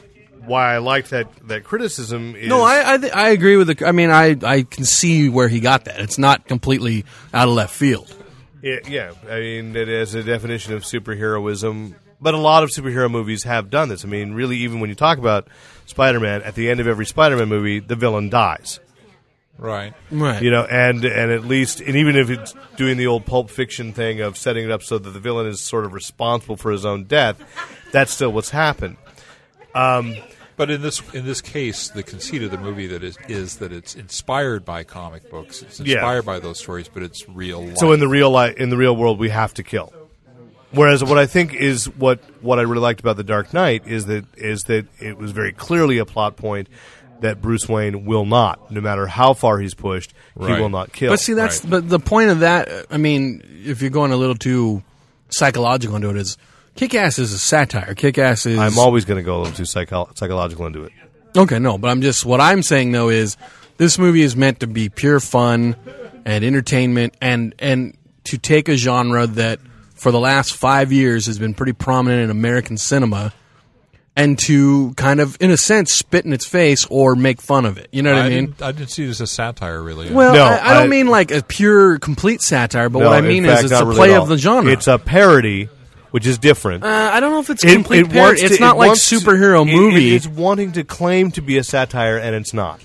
why I liked that that criticism is No, I I, th- I agree with the. I mean, I I can see where he got that. It's not completely out of left field. Yeah, yeah, I mean, it is a definition of superheroism, but a lot of superhero movies have done this. I mean, really, even when you talk about Spider-Man, at the end of every Spider-Man movie, the villain dies. Right. Right. You know, and and at least, and even if it's doing the old Pulp Fiction thing of setting it up so that the villain is sort of responsible for his own death, that's still what's happened. But in this in this case, the conceit of the movie that is is that it's inspired by comic books. It's Yeah. inspired by those stories, but it's real. Life. So in the real life, in the real world, we have to kill. Whereas what I think is what what I really liked about the Dark Knight is that is that it was very clearly a plot point that Bruce Wayne will not, no matter how far he's pushed, Right. he will not kill. But see, that's but the point of that. uh, I mean, if you're going a little too psychological into it, is Kick-Ass is a satire. Kick-Ass is I'm always going to go a little too psycho- psychological into it. Okay, no, but I'm just what I'm saying though is this movie is meant to be pure fun and entertainment and and to take a genre that for the last 5 years has been pretty prominent in American cinema and to kind of in a sense spit in its face or make fun of it. You know what I, mean? didn't, I didn't see it as a satire, really. Well, No, I, I don't I- mean like a pure complete satire, but No, what I in mean fact, is it's not a really play at all. of the genre. It's a parody, which is different. uh, I don't know if it's It- complete it parody. wants to- It's not it like wants to- superhero it- it- movie. it's wanting to claim to be a satire, and it's not.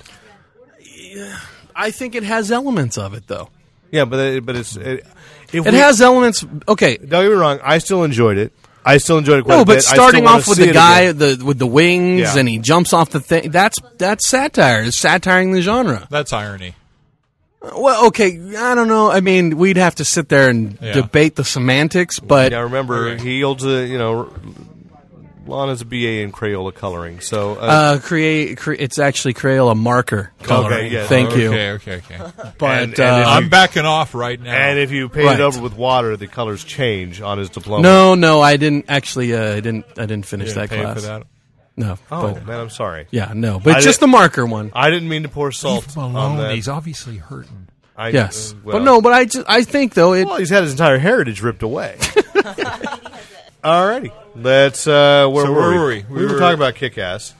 I think it has elements of it though. Yeah, but it, but it's it, if It we- has elements. Okay, Don't get me wrong. I still enjoyed it. I still enjoyed it quite No, a bit. but I still starting wanna off with see the it guy again. the, with the wings Yeah. and he jumps off the thing. That's that's satire. It's satiring the genre. that's irony. Well, okay, I don't know. I mean, we'd have to sit there and Yeah. debate the semantics, but Now remember, he holds a you know, Lana's a BA in Crayola coloring. So uh, uh, create cre- it's actually Crayola marker coloring. yeah. Thank you. Okay, okay, okay. But And- and if uh, I'm backing off right now. and if you paint right. it over with water, the colors change on his diploma. no, no, I didn't actually. Uh, I didn't. I didn't finish You that didn't pay class. for that. No. oh But, man, I'm sorry. yeah, no. But I just did- the marker one. I didn't mean to pour salt on that. He's obviously hurting. I- Yes. uh, But well- no. But I just. I think though it. Well, he's had his entire heritage ripped away. Alrighty, let's. Uh, where So were where we? were we? We, We were, were- talking about Kick-Ass.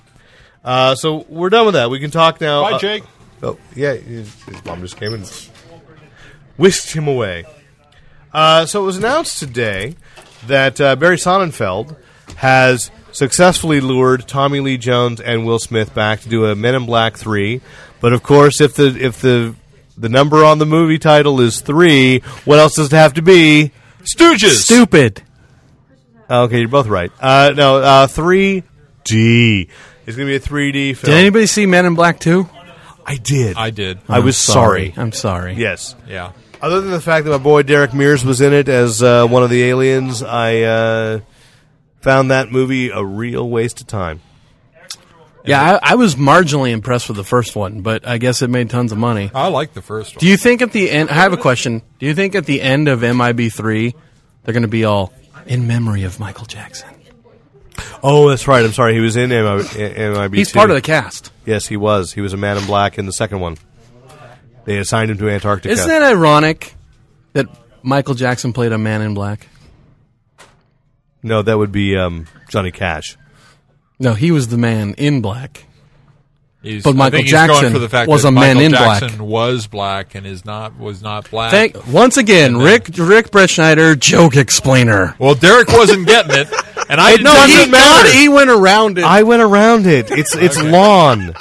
Uh, so we're done with that. We can talk now. Bye, uh, Jake. Oh, yeah, his, his mom just came and whisked him away. Uh, so it was announced today that uh, Barry Sonnenfeld has successfully lured Tommy Lee Jones and Will Smith back to do a Men in Black three. But of course, if the if the the number on the movie title is three, what else does it have to be? Stooges. Stupid. Okay, you're both right. Uh, no, uh, three D. It's gonna be a three D film. Did anybody see Men in Black Two? I did. I did. I was sorry. I'm sorry. Yes. yeah. Other than the fact that my boy Derek Mears was in it as uh, one of the aliens, I uh, found that movie a real waste of time. Yeah, I, I was marginally impressed with the first one, but I guess it made tons of money. I like the first one. Do you think at the end? I have a question. Do you think at the end of MIB three, they're going to be all in memory of Michael Jackson? Oh, that's right. I'm sorry. He was in MI- MIB. He's part of the cast. Yes, he was. He was a man in black in the second one. They assigned him to Antarctica. Isn't that ironic that Michael Jackson played a man in black? no, that would be um, Johnny Cash. No, he was the man in black. He's- But I Michael think he's going Jackson for the fact was that a man Michael in black. Jackson Was black and is not was not black. Thank once again, Rick Rick Bretschneider, joke explainer. well, Derek wasn't getting it, and I No, he, didn't got it. he went around it. I went around it. It's it's lawn.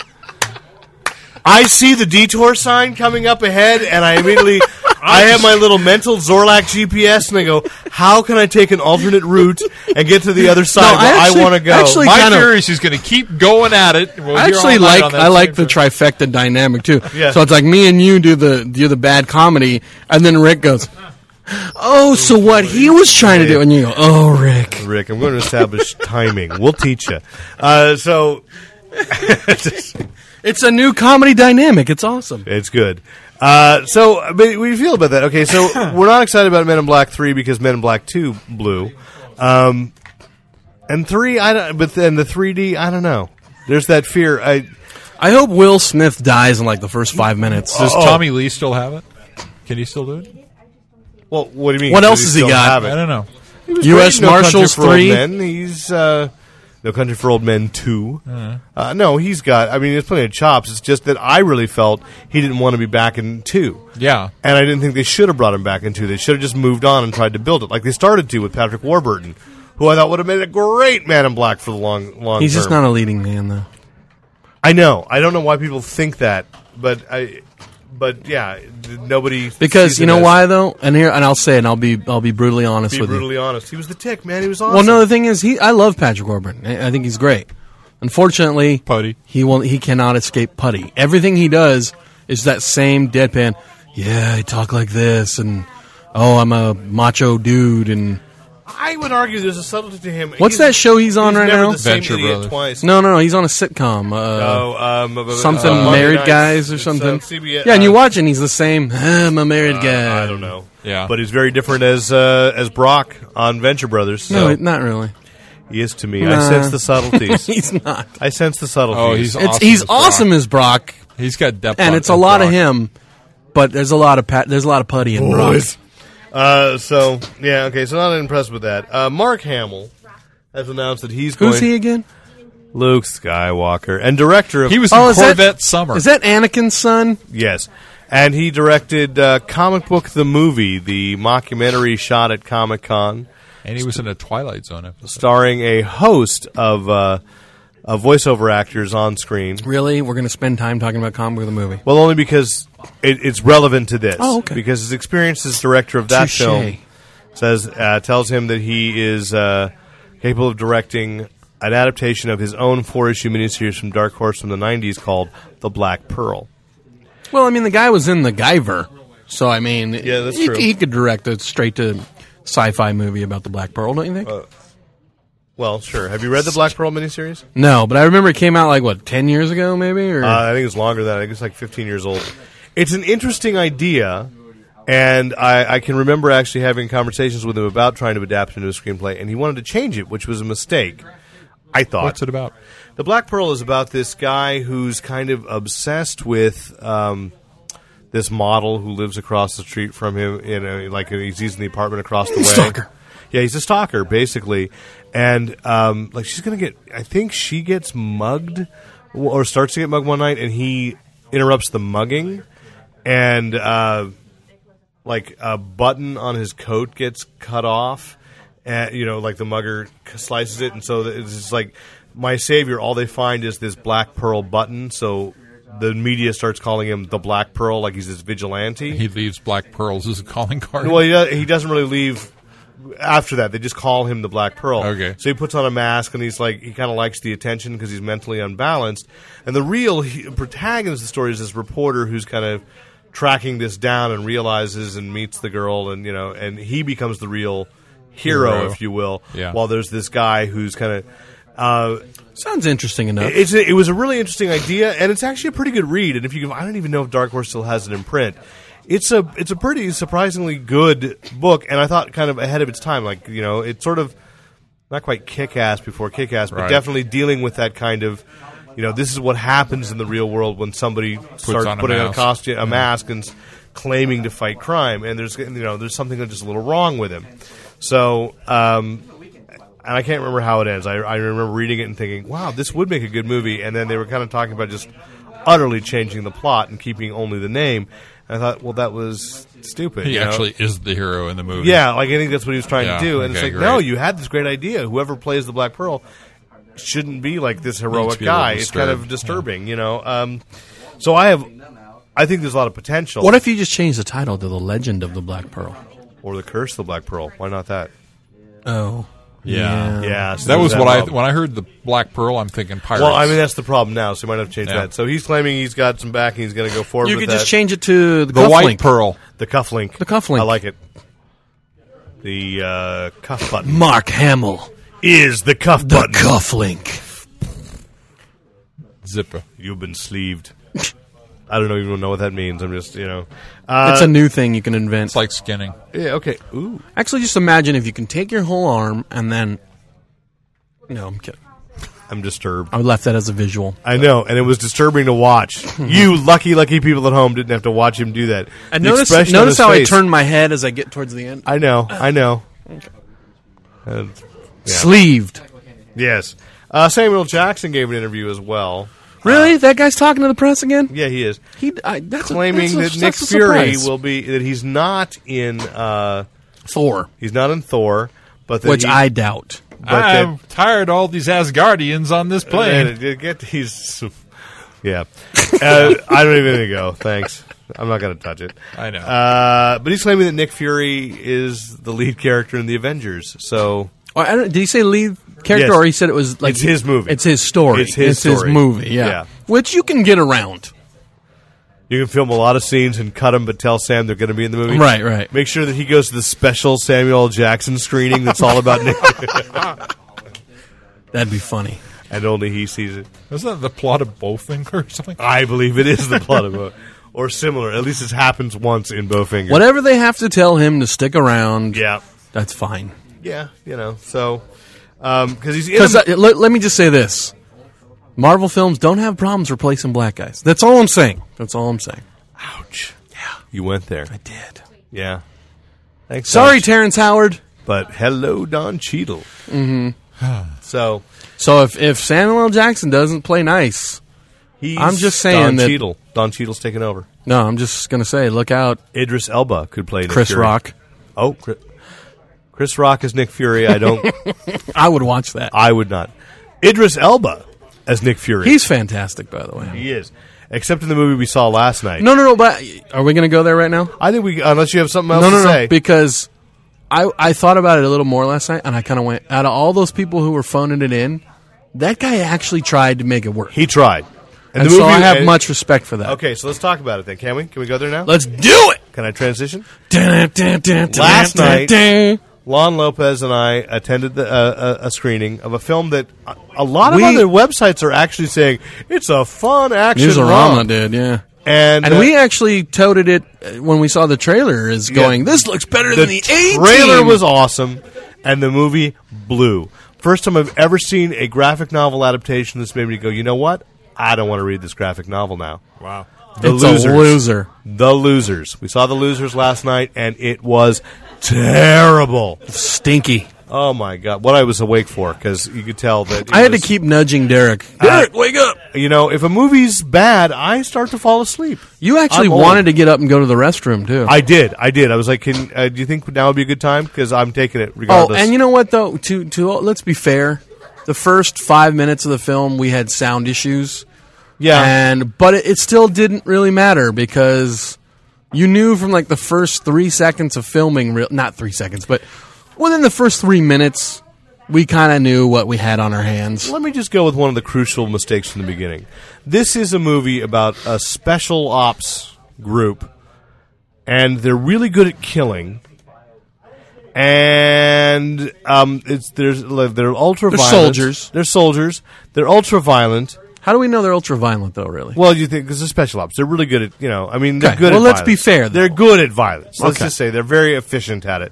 I see the detour sign coming up ahead, and I immediately I have my little mental Zorlak GPS, and I go, "How can I take an alternate route and get to the other side I where I, actually- want to go?" actually My- My Kind of- theory is she's going to keep going at it. We'll I hear all actually night like on that I like same the thing. trifecta dynamic too. Yeah. So it's like me and you do the do the bad comedy, and then Rick goes, "Oh, so what he was trying to do?" And you go, "Oh, Rick." Rick, I'm going to establish timing. We'll teach you. Uh, so It's a new comedy dynamic. It's awesome. It's good. Uh, so, but we feel about that. Okay, so we're not excited about Men in Black Three because Men in Black Two blew, um, and three. I don't. But then the 3D. I don't know. There's that fear. I I hope Will Smith dies in like the first five minutes. Oh, Does Tommy Lee still have it? Can he still do it? well, what do you mean? What Does else has he still got? have it? I don't know. He was U.S. great in Country Marshals for Old 3? Men. He's uh, No Country for Old Men Two. Uh, no, he's got. I mean, there's plenty of chops. It's just that I really felt he didn't want to be back in two. Yeah. And I didn't think they should have brought him back into. They should have just moved on and tried to build it like they started to with Patrick Warburton, who I thought would have made a great Man in Black for the long long. He's just term. not a leading man though. I know. I don't know why people think that, but I. But yeah, th- nobody. Because sees you it know as- why though, and here and I'll say it, and I'll be I'll be brutally honest Be with you. brutally honest. He was the tick man. He was awesome. Well, no, the thing is, he I love Patrick Warburton. I I think he's great. Unfortunately, Putty. He will He cannot escape putty. Everything he does is that same deadpan. Yeah, I talk like this, and oh, I'm a macho dude, and I would argue there's a subtlety to him. What's that show he's on he's right never now? The same Venture idiot Brothers. Twice. no, no, no, he's on a sitcom. Uh, Oh, um, uh, Something Monday married Nights. guys or It's, uh, something. CBS, yeah, and you uh, watch, and he's the same. I'm a married guy. I don't know. Yeah. but he's very different as uh, as Brock on Venture Brothers. No, So it- not really. he is to me. Nah. I sense the subtleties. He's not. I sense the subtleties. Oh, he's It's awesome he's as Brock. awesome as Brock, He's got depth, and on- it's a on lot of Brock. him. But there's a lot of pat. There's a lot of putty in Brock. Uh, so yeah, okay. So not impressed with that. Uh, Mark Hamill has announced that he's Who's he going again? Luke Skywalker and director of He was Oh, in is that- Corvette Summer. Is that Anakin's son? yes. And he directed uh, comic book the movie, the mockumentary shot at Comic Con. and he was in a Twilight Zone episode. starring a host of uh, of voiceover actors on screen. Really? We're going to spend time talking about comic book the movie. Well, only because it, it's relevant to this. Oh, okay. Because his experience as director of that Touché. film says uh, tells him that he is uh, capable of directing an adaptation of his own four issue miniseries from Dark Horse from the '90s called The Black Pearl. Well, I mean, the guy was in The Guyver, so I mean, Yeah, that's he, true. he could direct a straight to sci-fi movie about the Black Pearl, don't you think? Uh, Well, sure. Have you read the Black Pearl miniseries? no, but I remember it came out like what ten years ago, maybe. Or Uh, I think it's longer than that. I think it's like 15 years old. It's an interesting idea, and I, I can remember actually having conversations with him about trying to adapt it into a screenplay, and he wanted to change it, which was a mistake. I thought. What's it about? The Black Pearl is about this guy who's kind of obsessed with um, this model who lives across the street from him. In a, like he's using the apartment across the way. stalker. Yeah, he's a stalker basically, and um, like she's gonna get. I think she gets mugged or starts to get mugged one night, and he interrupts the mugging, and uh, like a button on his coat gets cut off, and you know, like the mugger c- slices it, and so th- it's just like my savior. All they find is this black pearl button, so the media starts calling him the Black Pearl, like he's this vigilante. He leaves Black Pearls as a calling card. Well, he, does, he doesn't really leave after that. They just call him the Black Pearl. Okay. So he puts on a mask and he's like he kind of likes the attention because he's mentally unbalanced. And the real he, protagonist of the story is this reporter who's kind of tracking this down and realizes and meets the girl and you know and he becomes the real hero, Hero. if you will. Yeah. While there's this guy who's kind of. Uh, sounds interesting enough. it's a, it was a really interesting idea, and it's actually a pretty good read. And if you, I don't even know if Dark Horse still has it in print. It's a it's a pretty surprisingly good book, and I thought kind of ahead of its time. Like you know, it's sort of not quite kick ass before kick ass, but Right. definitely dealing with that kind of you know this is what happens in the real world when somebody starts on a putting on a mask. costume, a mask, and s- claiming to fight crime. And there's you know there's something that's just a little wrong with him. So um, and I can't remember how it ends. I, I remember reading it and thinking, wow, this would make a good movie. And then they were kind of talking about just utterly changing the plot and keeping only the name. And I thought, well, that was stupid. he you know? actually is the hero in the movie. Yeah, like I think that's what he was trying Yeah, to do. And it's okay, like, no, great. you had this great idea. Whoever plays the Black Pearl shouldn't be like this Needs heroic to be a little guy. It's kind of disturbed, disturbing, you know. Um, So I have, I think there's a lot of potential. What if you just change the title to The Legend of the Black Pearl? or the curse of the black pearl? Why not that? Oh. Yeah. Yeah, so That there's was what I problem. when I heard the Black Pearl. I'm thinking pirates. Well, I mean that's the problem now, so he might have to change Yeah. that. So he's claiming he's got some backing. He's going to go forward. You with could that. just change it to the, the cuff White link. Pearl. the cuff link. The cuff link. I like it. The uh, cuff button Mark Hamill, is the cuff the button. cuff link. Zipper. You've been sleeved. I don't even know what that means. I'm just you know. Uh, it's a new thing you can invent. It's like skinning. Yeah. Okay. Ooh. Actually, just imagine if you can take your whole arm and then. No, I'm kidding. I'm disturbed. I left that as a visual. I know, and it was disturbing to watch. you lucky, lucky people at home didn't have to watch him do that. And The notice, expression on notice his how face- I turn my head as I get towards the end. I know. I know. And- yeah. Sleeved. Yes. Uh, Samuel Jackson gave an interview as well. Really? that guy's talking to the press again? Yeah, he is He I, that's claiming a, that's a, that Nick that's a Fury surprise. will be that he's not in uh, Thor, he's not in Thor, but that which he, I doubt. but that- Uh, I'm tired of all these Asgardians on this And plane. it- it get he's yeah. Uh, I don't even need to go. Thanks. I'm not going to touch it. I know. Uh, but he's claiming that Nick Fury is the lead character in the Avengers. So Or, Oh, I don't, did he say lead character, Yes. or he said it was like It's his movie. It's his story. It's his story. movie. Yeah. Yeah. which you can get around. you can film a lot of scenes and cut them, but tell Sam they're going to be in the movie. Right, right. Make sure that he goes to the special Samuel L. Jackson screening that's all about Nick, That'd be funny. and only he sees it. Isn't that the plot of Bowfinger or something? I believe it is the plot of a, or similar. At least it happens once in Bowfinger. Whatever they have to tell him to stick around, Yeah, that's fine. yeah, you know. So because he's in Because a- let, let me just say this: Marvel films don't have problems replacing black guys. That's all I'm saying. That's all I'm saying. Ouch. Yeah. You went there. I did. Yeah. Thanks. Sorry, Don. Terrence Howard. but hello, Don Cheadle. Mm-hmm. so So if if Samuel L. Jackson doesn't play nice, he's I'm just saying Don that- Cheadle. Don Cheadle's taking over. no, I'm just gonna say, look out, Idris Elba could play Nick Chris Fury. Rock. Oh, Chris, Chris Rock is Nick Fury. I don't. I would watch that. I would not. Idris Elba as Nick Fury. He's fantastic, by the way. he is. Except in the movie we saw last night. No, no, no. But are we gonna go there right now? I think we unless you have something else No, no, to say. no. Because I I thought about it a little more last night, and I kind of went out of all those people who were phoning it in, that guy actually tried to make it work. he tried. and so I have much respect for that. Okay, so let's talk about it then, can we? Can we go there now? Let's do it. Can I transition? Last night- Lon Lopez and I attended the, uh, a, a screening of a film that a, a lot of We- other websites are actually saying it's a fun action Newsarama romp. did, yeah. And, And uh, we actually toted it uh, when we saw the trailer. Is going. This looks better the, than the A trailer Team." was awesome, and the movie blew. First time I've ever seen a graphic novel adaptation that's made me go, you know what? I don't want to read this graphic novel now. Wow. The It's a losers. loser. The losers. We saw the losers last night, and it was terrible. stinky. Oh my god! What I was awake for because you could tell that it I had to was- keep nudging Derek. Derek, wake up! You know, if a movie's bad, I start to fall asleep. You actually I'm old. wanted to get up and go to the restroom too. I did. I did. I was like, can, uh, "Do you think now would be a good time?" Because I'm taking it oh, regardless. and you know what though? To to let's be fair, the first five minutes of the film we had sound issues, yeah, and but it, it still didn't really matter because you knew from like the first three seconds of filming, re- not three seconds, but within the first three minutes, we kind of knew what we had on our hands. Let me just go with one of the crucial mistakes from the beginning. This is a movie about a special ops group, and they're really good at killing. And um, it's there's like, they're ultra violent. soldiers. They're soldiers. They're ultra violent. How do we know they're ultra violent though? Really? Well, you think because they're special ops, they're really good at you know. I mean, they're Okay. good. Well, at let's be violence. fair, though. They're good at violence. Let's Okay. just say they're very efficient at it.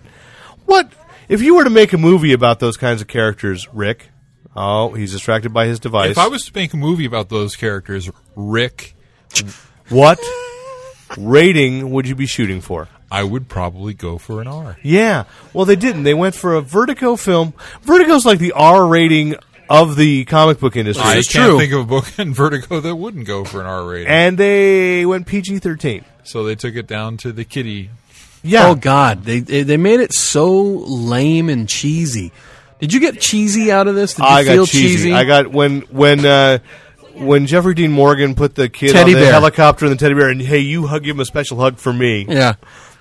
What if you were to make a movie about those kinds of characters, Rick? Oh, he's distracted by his device. If I was to make a movie about those characters, Rick, what rating would you be shooting for? I would probably go for an R. Yeah. Well, they didn't. They went for a Vertigo film. Vertigo's like the R rating of the comic book industry, I is can't true. think of a book in Vertigo that wouldn't go for an R rating. and they went PG thirteen. so they took it down to the kitty. Yeah. Oh God, they, they they made it so lame and cheesy. Did you get cheesy out of this? Did you I feel got cheesy. I got when when uh, when Jeffrey Dean Morgan put the kid Teddy on the bear. helicopter and the teddy bear, and hey, you hug, give him a special hug for me. Yeah.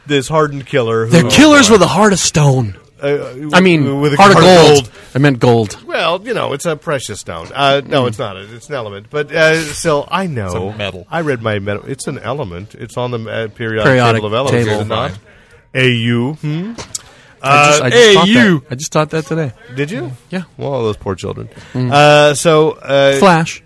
This hardened killer. They're who- killers with a heart of stone. Uh, I mean, with a heart, of gold. gold. I meant gold. Well, you know, it's a precious stone. Uh, no, it's not. It's an element. But uh, still, I know. It's a metal. I read my metal. It's an element. It's on the uh, periodic, Periodic table of elements. table. Is it not? AU. Hmm? I just, I just hey, taught that. you. I just taught that today. Did you? Yeah. Mm. Well, all those poor children. Uh, so, uh, Flash.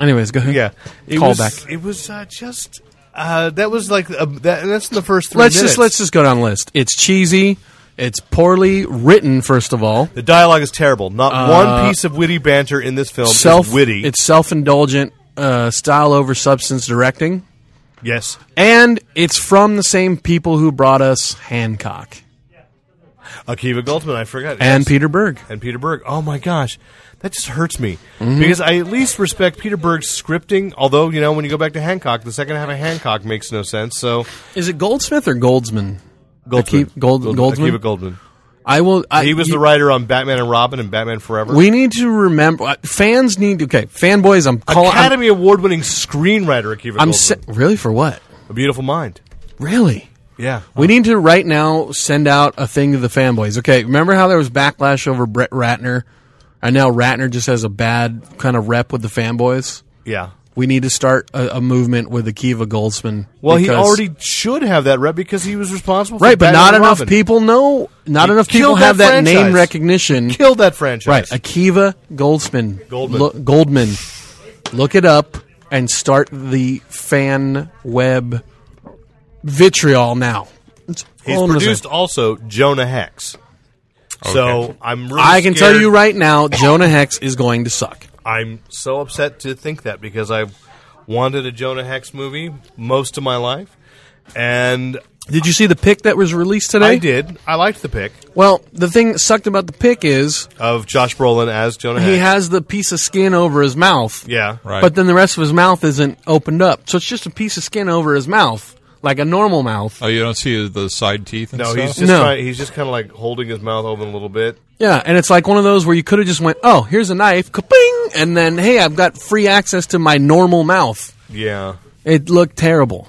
Anyways, go ahead. yeah. It Call was, back. It was uh, just. Uh, that was like uh, that, that's the first three Let's minutes. just let's just go down the list. It's cheesy. It's poorly written. First of all, the dialogue is terrible. Not one piece of witty banter in this film Uh, self is witty. It's self indulgent uh, style over substance directing, yes. and it's from the same people who brought us Hancock Akiva Goldsman, I forgot. and Yes. Peter Berg. and Peter Berg. Oh my gosh, that just hurts me Mm-hmm. because I at least respect Peter Berg's scripting. Although you know, when you go back to Hancock, the second half of Hancock makes no sense. So Is it Goldsmith or Goldsman? Goldsman, Akeem- Gold- Goldsman? Akiva Goldsman. I will. I, He was you- the writer on Batman and Robin and Batman Forever. We need to remember. uh, Fans need. Okay, fanboys. I'm calling. I'm, Academy Award-winning screenwriter Akiva I'm Goldsman. se- really for what? A Beautiful Mind. Really. Yeah. We need to right now send out a thing to the fanboys. Okay, remember how there was backlash over Brett Ratner, and now Ratner just has a bad kind of rep with the fanboys. Yeah. We need to start a, a movement with Akiva Goldsman. Well, he because- already should have that rep because he was responsible. for right, but Batman not and enough Robin. people know. Not He enough people killed that have that name franchise. recognition. killed that franchise. Right, Akiva Goldsman. Goldman. Lo- Goldman. Look it up and start the fan web vitriol now. It's He's all in the same. produced also Jonah Hex. So I'm. Really I can tell scared- you right now, Jonah Hex is going to suck. I'm so upset to think that because I've wanted a Jonah Hex movie most of my life, and Did you see the pick that was released today? I did. I liked the pick Well, the thing that sucked about the pick is of Josh Brolin as Jonah he Hex. has the piece of skin over his mouth, yeah, Right. but then the rest of his mouth isn't opened up. So it's just a piece of skin over his mouth, like a normal mouth. Oh, you don't see the side teeth and No, stuff? he's just No. Trying, he's just kind of like holding his mouth open a little bit. Yeah, and it's like one of those where you could have just went, oh, here's a knife, kaping, and then, hey, I've got free access to my normal mouth. Yeah, It looked terrible.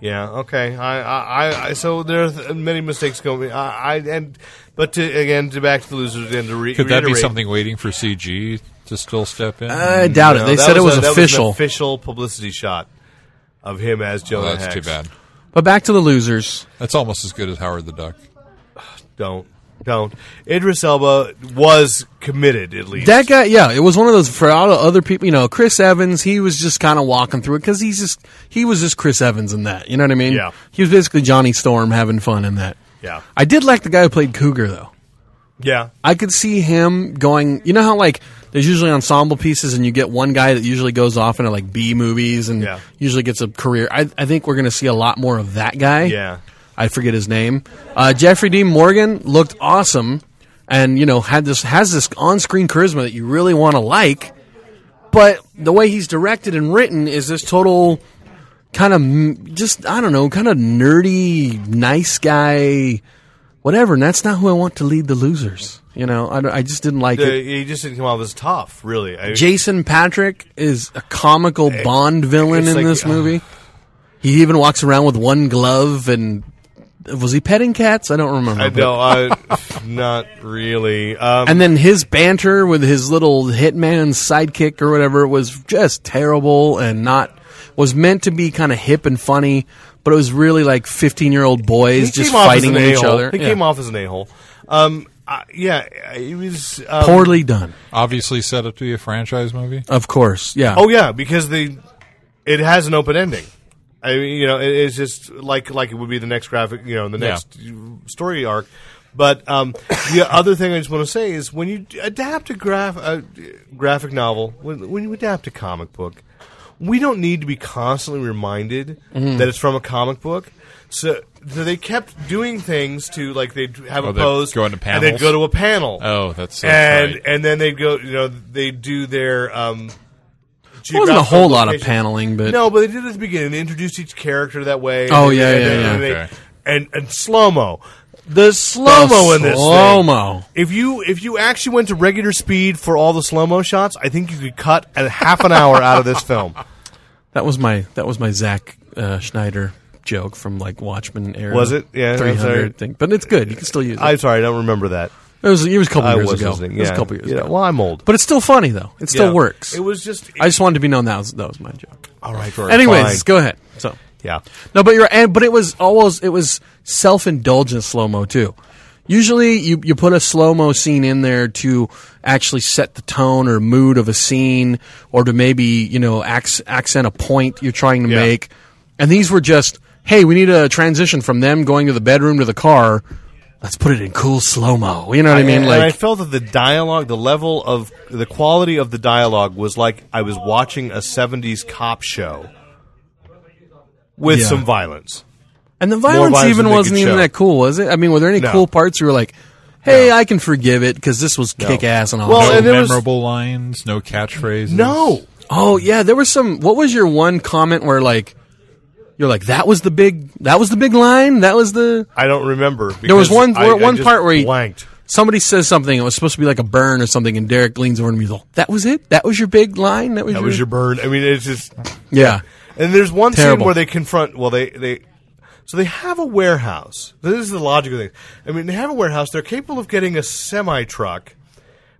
yeah. Okay. I, I, I- I so there are th- many mistakes going. I, I and but to, again to back to the losers and to re- Could that be reiterate- something waiting for CG to still step in? I doubt Mm, No, it. They that said it was a- that official. an official publicity shot of him as Jonah Well, that's Hex. too bad. but back to the losers. That's almost as good as Howard the Duck. Don't. Don't. Idris Elba was committed, at least. That guy, yeah, it was one of those for all the other people. You know, Chris Evans, he was just kind of walking through it because he's just he was just Chris Evans in that. You know what I mean? Yeah. He was basically Johnny Storm having fun in that. yeah. I did like the guy who played Cougar though. yeah. I could see him going. You know how like there's usually ensemble pieces, and you get one guy that usually goes off into like B movies and Yeah. usually gets a career. I, I think we're going to see a lot more of that guy. Yeah. I forget his name. Uh, Jeffrey Dean Morgan looked awesome, and you know had this has this on screen charisma that you really want to like. But the way he's directed and written is this total kind of m- just I don't know, kind of nerdy, nice guy, whatever. And that's not who I want to lead the losers. You know, I, don't- I just didn't like Uh, it. He just didn't come off as tough, really. I, Jason Patrick is a comical Bond villain it's in like, this uh, movie. He even walks around with one glove and was he petting cats? I don't remember. I but- no, I, not really. Um, And then his banter with his little hitman sidekick or whatever was just terrible and not was meant to be kind of hip and funny, but it was really like 15-year-old he boys just came off as fighting an each a-hole. other. He Yeah. came off as an a-hole. Um, I, yeah, he was... Um, poorly done. Obviously set up to be a franchise movie. Of course. Yeah. Oh, yeah, because the it has an open ending. I mean, you know, it, it's just like like it would be the next graphic, you know, the Yeah. next story arc. But um, the other thing I just want to say is when you d- adapt a graph a graphic novel, when, when you adapt a comic book, we don't need to be constantly reminded Mm-hmm. that it's from a comic book. So, so they kept doing things to like they'd have Oh, a they'd pose, go into and they'd panels? go to a panel. Oh, that's- that's and right. and then they'd go, you know, they do their. Um, It wasn't a whole lot of geographical location. paneling, but No, but they did it at the beginning. They introduced each character that way. Oh, And- yeah, and- yeah, and- yeah. And, they- Okay. and, and slow mo. The slow mo in this thing. Slow-mo. If you if you actually went to regular speed for all the slow mo shots, I think you could cut a half an hour out of this film. That was my that was my Zach uh, Schneider joke from like Watchmen era. Was it? Yeah, I'm three sorry. hundred thing. But it's good. You can still use it. I'm sorry, I don't remember that. it was it was a couple I years was ago. listening. It was yeah. a couple years Yeah, ago. Well, I'm old. but it's still funny though. It still Yeah. works. It was just. I just wanted to be known that was, that was my joke. all right. George, Anyways, fine. go ahead. So Yeah. no, but you're and but it was always it was self indulgent slow mo too. Usually you you put a slow mo scene in there to actually set the tone or mood of a scene or to maybe you know acc- accent a point you're trying to Yeah. make. And these were just hey, we need a transition from them going to the bedroom to the car. Let's put it in cool slow mo. You know what I, mean? and, Like I felt that the dialogue, the level of the quality of the dialogue was like I was watching a 70s cop show with Yeah. some violence. And the violence, violence even than they wasn't could even show. that cool, was it? I mean, were there any No. cool parts you were like, hey, I can forgive it because this was kick ass and all Well, that? Oh, no and there was- memorable lines, no catchphrases. No. Oh, yeah. There was some. What was your one comment where, like, you're like, that was the big, that was the big line? That was the. I don't remember. There was because one- I- I one just part where he- blanked. Somebody says something. It was supposed to be like a burn or something, and Derek leans over and he's like, "That was it. That was your big line. That was, That was your burn. I mean, it's just. yeah." And there's one Terrible. scene where they confront. Well, they they so they have a warehouse. This is the logical thing. I mean, they have a warehouse. They're capable of getting a semi truck,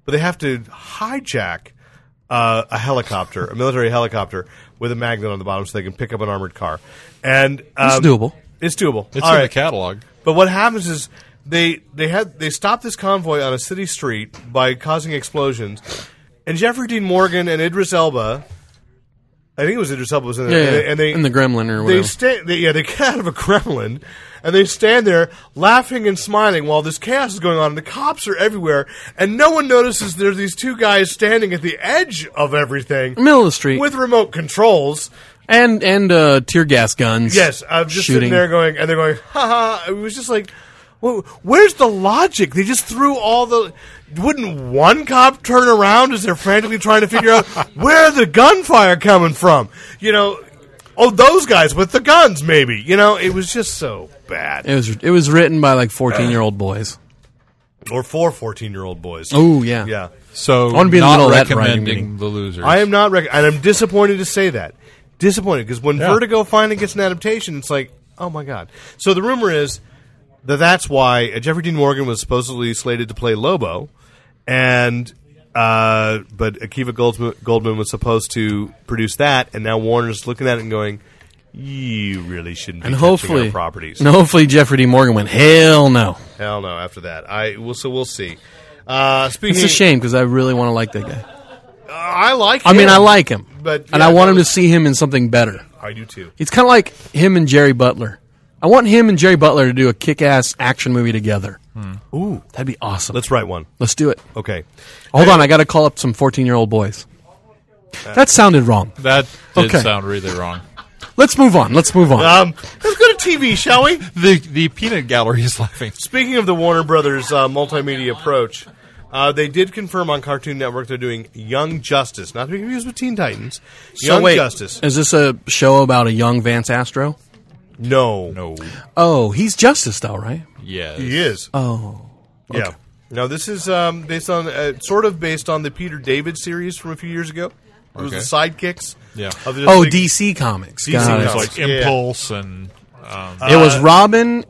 but they have to hijack uh, a helicopter, a military helicopter with a magnet on the bottom, so they can pick up an armored car. And It's um, doable. It's doable. It's All in the right. catalog. But what happens is they they had they stopped this convoy on a city street by causing explosions, and Jeffrey Dean Morgan and Idris Elba. I think it was Idris Elba was in there, Yeah, and, yeah. they, and they In the Gremlin or They whatever. stand, they, yeah, they get out of a Kremlin, and they stand there laughing and smiling while this chaos is going on. And the cops are everywhere, and no one notices there's these two guys standing at the edge of everything, Middle of the street with remote controls. and and uh, tear gas guns. Yes, I'm just shooting. sitting there going, and they're going, ha ha. It was just like, well, where's the logic? They just threw all the. Wouldn't one cop turn around as they're frantically trying to figure out where the gunfire coming from? You know, oh, those guys with the guns, maybe. You know, it was just so bad. It was it was written by like 14 Uh, year old boys. Or four 14 year old boys. Oh yeah. Yeah. So I wanna be in the not middle of that writing recommending meeting. the losers. I am not, rec- and I'm disappointed to say that. Disappointed because when Yeah. Vertigo finally gets an adaptation, it's like, oh my god. So the rumor is that that's why uh, Jeffrey Dean Morgan was supposedly slated to play Lobo, and uh, but Akiva Goldsman, Goldman was supposed to produce that, and now Warner's looking at it and going, you really shouldn't. Be And touching our hopefully, properties. and hopefully Jeffrey D. Morgan went hell no. hell no. After that, I well, so we'll see. Uh, speaking, It's uh, a shame because I really want to like that guy. I like. I mean, him, I like him, but and yeah, I want that him to was- see him in something better. I do too. It's kind of like him and Jerry Butler. I want him and Jerry Butler to do a kick-ass action movie together. Ooh, That'd be awesome. Let's let's write one. let's do it. Okay. Hold on, I got to call up some fourteen-year-old boys. That sounded wrong. That did Okay. sound really wrong. Let's move on. Let's move on. Um, let's go to TV, shall we? The the peanut gallery is laughing. Speaking of the Warner Brothers uh, multimedia approach, uh, they did confirm on Cartoon Network they're doing Young Justice, not to be confused with Teen Titans. So Young wait, Justice. Is this a show about a young Vance Astro? No, No. Oh, he's Justice though, right? Yes. he is. Oh, Yeah. Now this is um, based on uh, sort of based on the Peter David series from a few years ago. It was Okay. the sidekicks. Yeah. Of the oh, big- DC Comics. DC Got it. Like Comics. Yeah. Uh, impulse and um, It was Robin,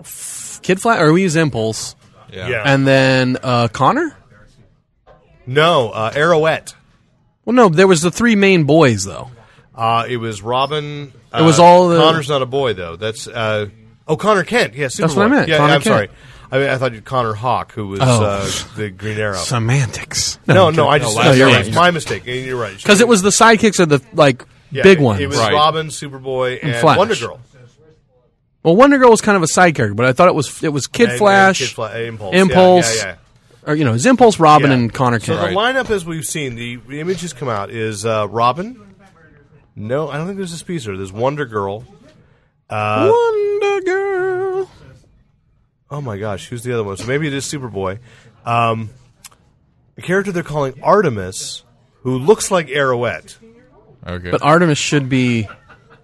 F- Kid Flash, or we use Impulse, yeah. Yeah. and then uh, Connor. No, uh, Arrowette. Well, no, there was the three main boys though. Uh, it was Robin. Uh, was all the- Connor's not a boy though. That's uh, oh Connor Kent. Yeah, Superboy. what I meant, Yeah, Connor I'm Kent. sorry. I, mean, I thought you Connor Hawk, who was Oh. uh, the Green Arrow. Semantics. no, no, I just No, last you're name. right. my mistake. and You're right. because it was the sidekicks of the like Yeah, big it- ones. It was Right. Robin, Superboy, and, Flash. Wonder Girl. Well, Wonder Girl was kind of a side character, but I thought it was it was Kid And- and Flash, Kid Fla- Impulse. Impulse, Yeah, yeah, yeah. or you know, it was Impulse, Robin, Yeah. and Connor So Kent. the lineup, as we've seen, the the images come out is uh, Robin. No, I don't think there's a Speedster. There's Wonder Girl. Uh, Wonder Girl. Oh my gosh, who's the other one? So maybe it is Superboy. Um, a character they're calling Artemis, who looks like Arrowette. Okay. But Artemis should be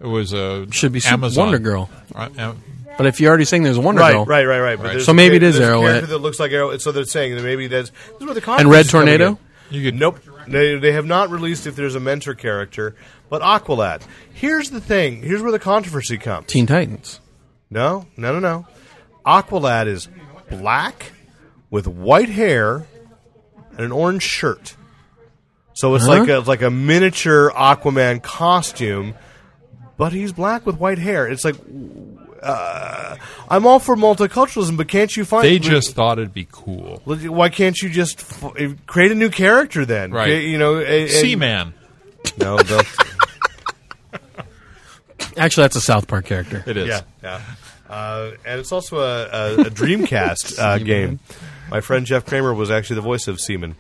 it was a should be Super Amazon. Wonder Girl. Uh, Am- But if you already sing, there's Wonder Right, Girl. right, right, right. But there's So a maybe kid- it is there's a Arrowhead. character that looks like Arrowhead. So they're saying that maybe that's, this is where the And Red conflict is coming Tornado? in. nope. They, they have not released if there's a mentor character, but Aqualad. Here's the thing. Here's where the controversy comes. Teen Titans. No, no, no, no. Aqualad is black with white hair and an orange shirt. So it's Huh? like a, it's like a miniature Aquaman costume, but he's black with white hair. It's like uh, I'm all for multiculturalism, but can't you find They just thought it'd be cool. why can't you just f- create a new character then? Right. Create, you know, a, a- Seaman. No, they'll- Actually, that's a South Park character. It is. Yeah, yeah. Uh, and it's also a, a, a Dreamcast uh, game. My friend Jeff Kramer was actually the voice of Seaman.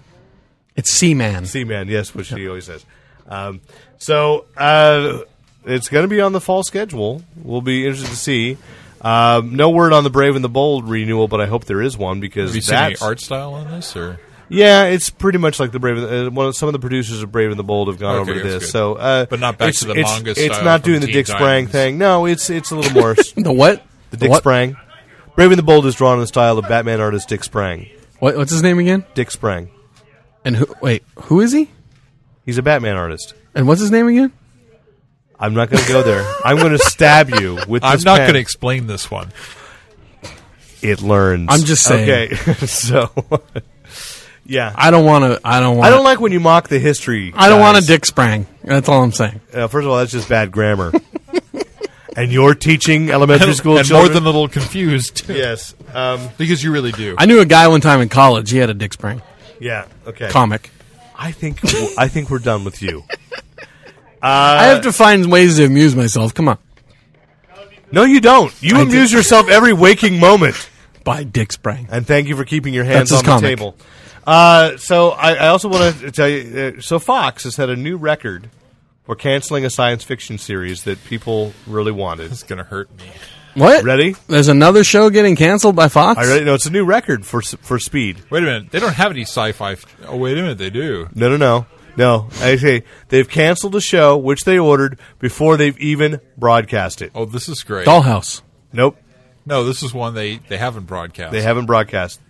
It's Seaman. Seaman, yes, which he always says. Um, so uh, it's going to be on the fall schedule. We'll be interested to see. Um, no word on the Brave and the Bold renewal, but I hope there is one because Have you seen any that's art style on this? Or yeah, it's pretty much like the Brave. And the, uh, one of, some of the producers of Brave and the Bold have gone Okay, over to that's this, good. so uh, But not back it's- to the it's- manga It's style not from doing the Teen Dick Sprang Titans. thing. No, it's it's a little more The what? The Dick what? Sprang. Brave and the Bold is drawn in the style of Batman artist Dick Sprang. What, what's his name again? Dick Sprang. And who, wait, who is he? He's a Batman artist. And what's his name again? I'm not going to go there. I'm going to stab you with. I'm this not pen. going to explain this one. It learns. I'm just saying. Okay, so yeah, I don't want to. I don't want. I don't like when you mock the history. I don't want a guys. Dick Sprang. That's all I'm saying. Uh, first of all, that's just bad grammar. and you're teaching elementary school and more children. than a little confused too, yes. Um, because you really do. I knew a guy one time in college. He had a Dick Sprang yeah. Okay. comic. I think I think we're done with you. I have to find ways to amuse myself. Come on, No, you don't. You amuse yourself every waking moment. by Dick Sprang. and thank you for keeping your hands That's his on the comic. table. Uh, so I, I also want to tell you. Uh, so Fox has had a new record for canceling a science fiction series that people really wanted. It's going to hurt me. What? Ready? There's another show getting canceled by Fox. I really no. It's a new record for s- for Speed. Wait a minute. They don't have any sci-fi. F- oh, wait a minute. They do. No, no, no, no. I say they've canceled a show which they ordered before they've even broadcast it. Oh, this is great. Dollhouse. Nope, No, this is one they they haven't broadcast. they haven't broadcast.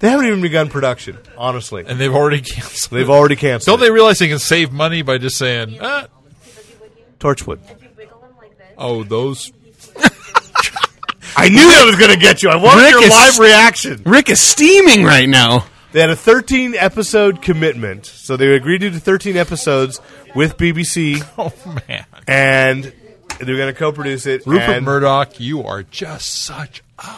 They haven't even begun production. Honestly, and they've already canceled. they've it. already canceled. Don't they realize they can save money by just saying, ah, Torchwood. "Oh, those." I knew that was going to get you. I wanted Rick your is- live reaction. Rick is steaming right now. They had a 13 episode commitment, so they agreed to do 13 episodes with BBC, Oh man, and they were going to co-produce it. Rupert and, Murdoch, you are just such a.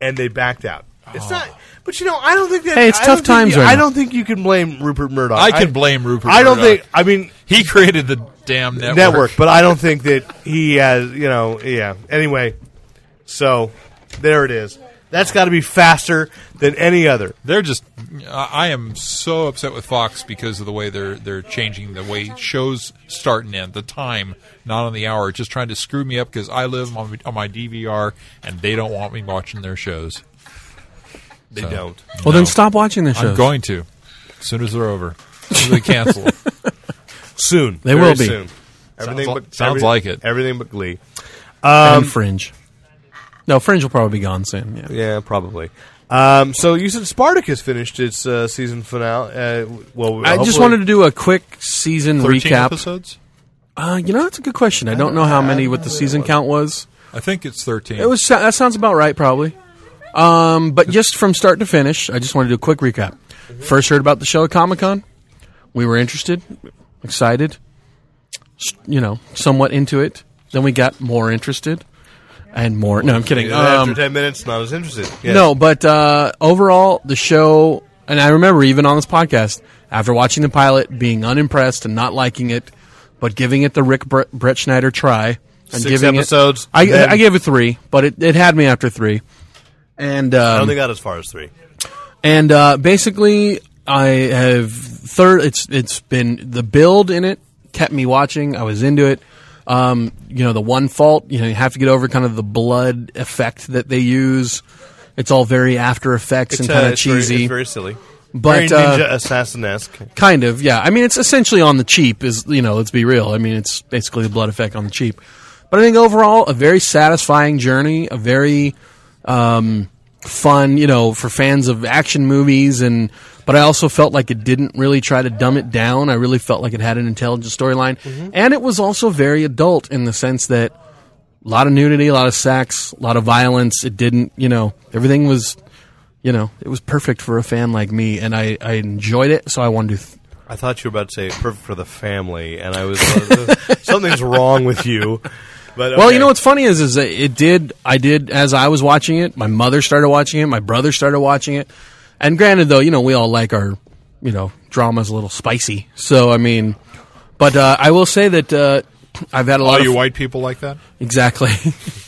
and they backed out. It's not, Oh. but you know, I don't think that. Hey, it's I don't tough think times you- right I now. don't think you can blame Rupert Murdoch. I can blame Rupert I don't Murdoch. think. I mean, He created the damn network. network. but I don't think that he has. You know, yeah. Anyway, so there it is. That's got to be faster than any other. They're just. I I am so upset with Fox because of the way they're they're changing the way shows start and end, the time, not on the hour. Just trying to screw me up because I live on, on my DVR and they don't want me watching their shows. They So. don't. Well, No. then stop watching the show. I'm going to as soon as they're over. As soon as they cancel. Soon They very will be. Soon. Everything li- but, sounds every- like it. Everything but Glee. and Fringe. No, Fringe will probably be gone soon. Yeah. Yeah, probably. Um, so you said Spartacus finished its uh, season finale. Uh, well, I just wanted to do a quick season Thirteen recap. episodes. Uh, you know, that's a good question. I don't know how many what the season count was. I think it's thirteen. It was that sounds about right, probably. Um, but just from start to finish, I just want to do a quick recap. First heard about the show at Comic Con. We were interested, excited, s- you know, somewhat into it. Then we got more interested and more. No, I'm kidding. after Um, ten minutes, not as interested. Yes. No, but uh, overall, the show, and I remember even on this podcast, after watching the pilot, being unimpressed and not liking it, but giving it the Rick Bre- Brett Schneider try and Six giving it- episodes, I, then- I gave it three, but it, it had me after three, and I um, only got as far as three. and uh, basically, I have third. It's it's been the build in it kept me watching. I was into it. Um, you know, the one fault you know you have to get over kind of the blood effect that they use. It's all very After Effects and uh, kind of it's very- cheesy, it's very silly. But, very ninja uh, assassin esque. kind of yeah. I mean, it's essentially on the cheap. Is you know, let's be real. I mean, it's basically the blood effect on the cheap. But I think overall, a very satisfying journey, a very um, fun, you know, for fans of action movies. And but I also felt like it didn't really try to dumb it down. I really felt like it had an intelligent storyline, and it was also very adult in the sense that a lot of nudity, a lot of sex, a lot of violence. It didn't, you know, everything was, you know, it was perfect for a fan like me, and I I enjoyed it. So I wanted to. Th- I thought you were about to say perfect for the family, and I was uh, something's wrong with you. But Well, you know what's funny is is that it did I did as I was watching it, my mother started watching it, my brother started watching it. And granted though, you know, we all like our, you know, dramas a little spicy. So I mean, but uh, I will say that uh, I've had a Oh, lot All of you white people like that? exactly.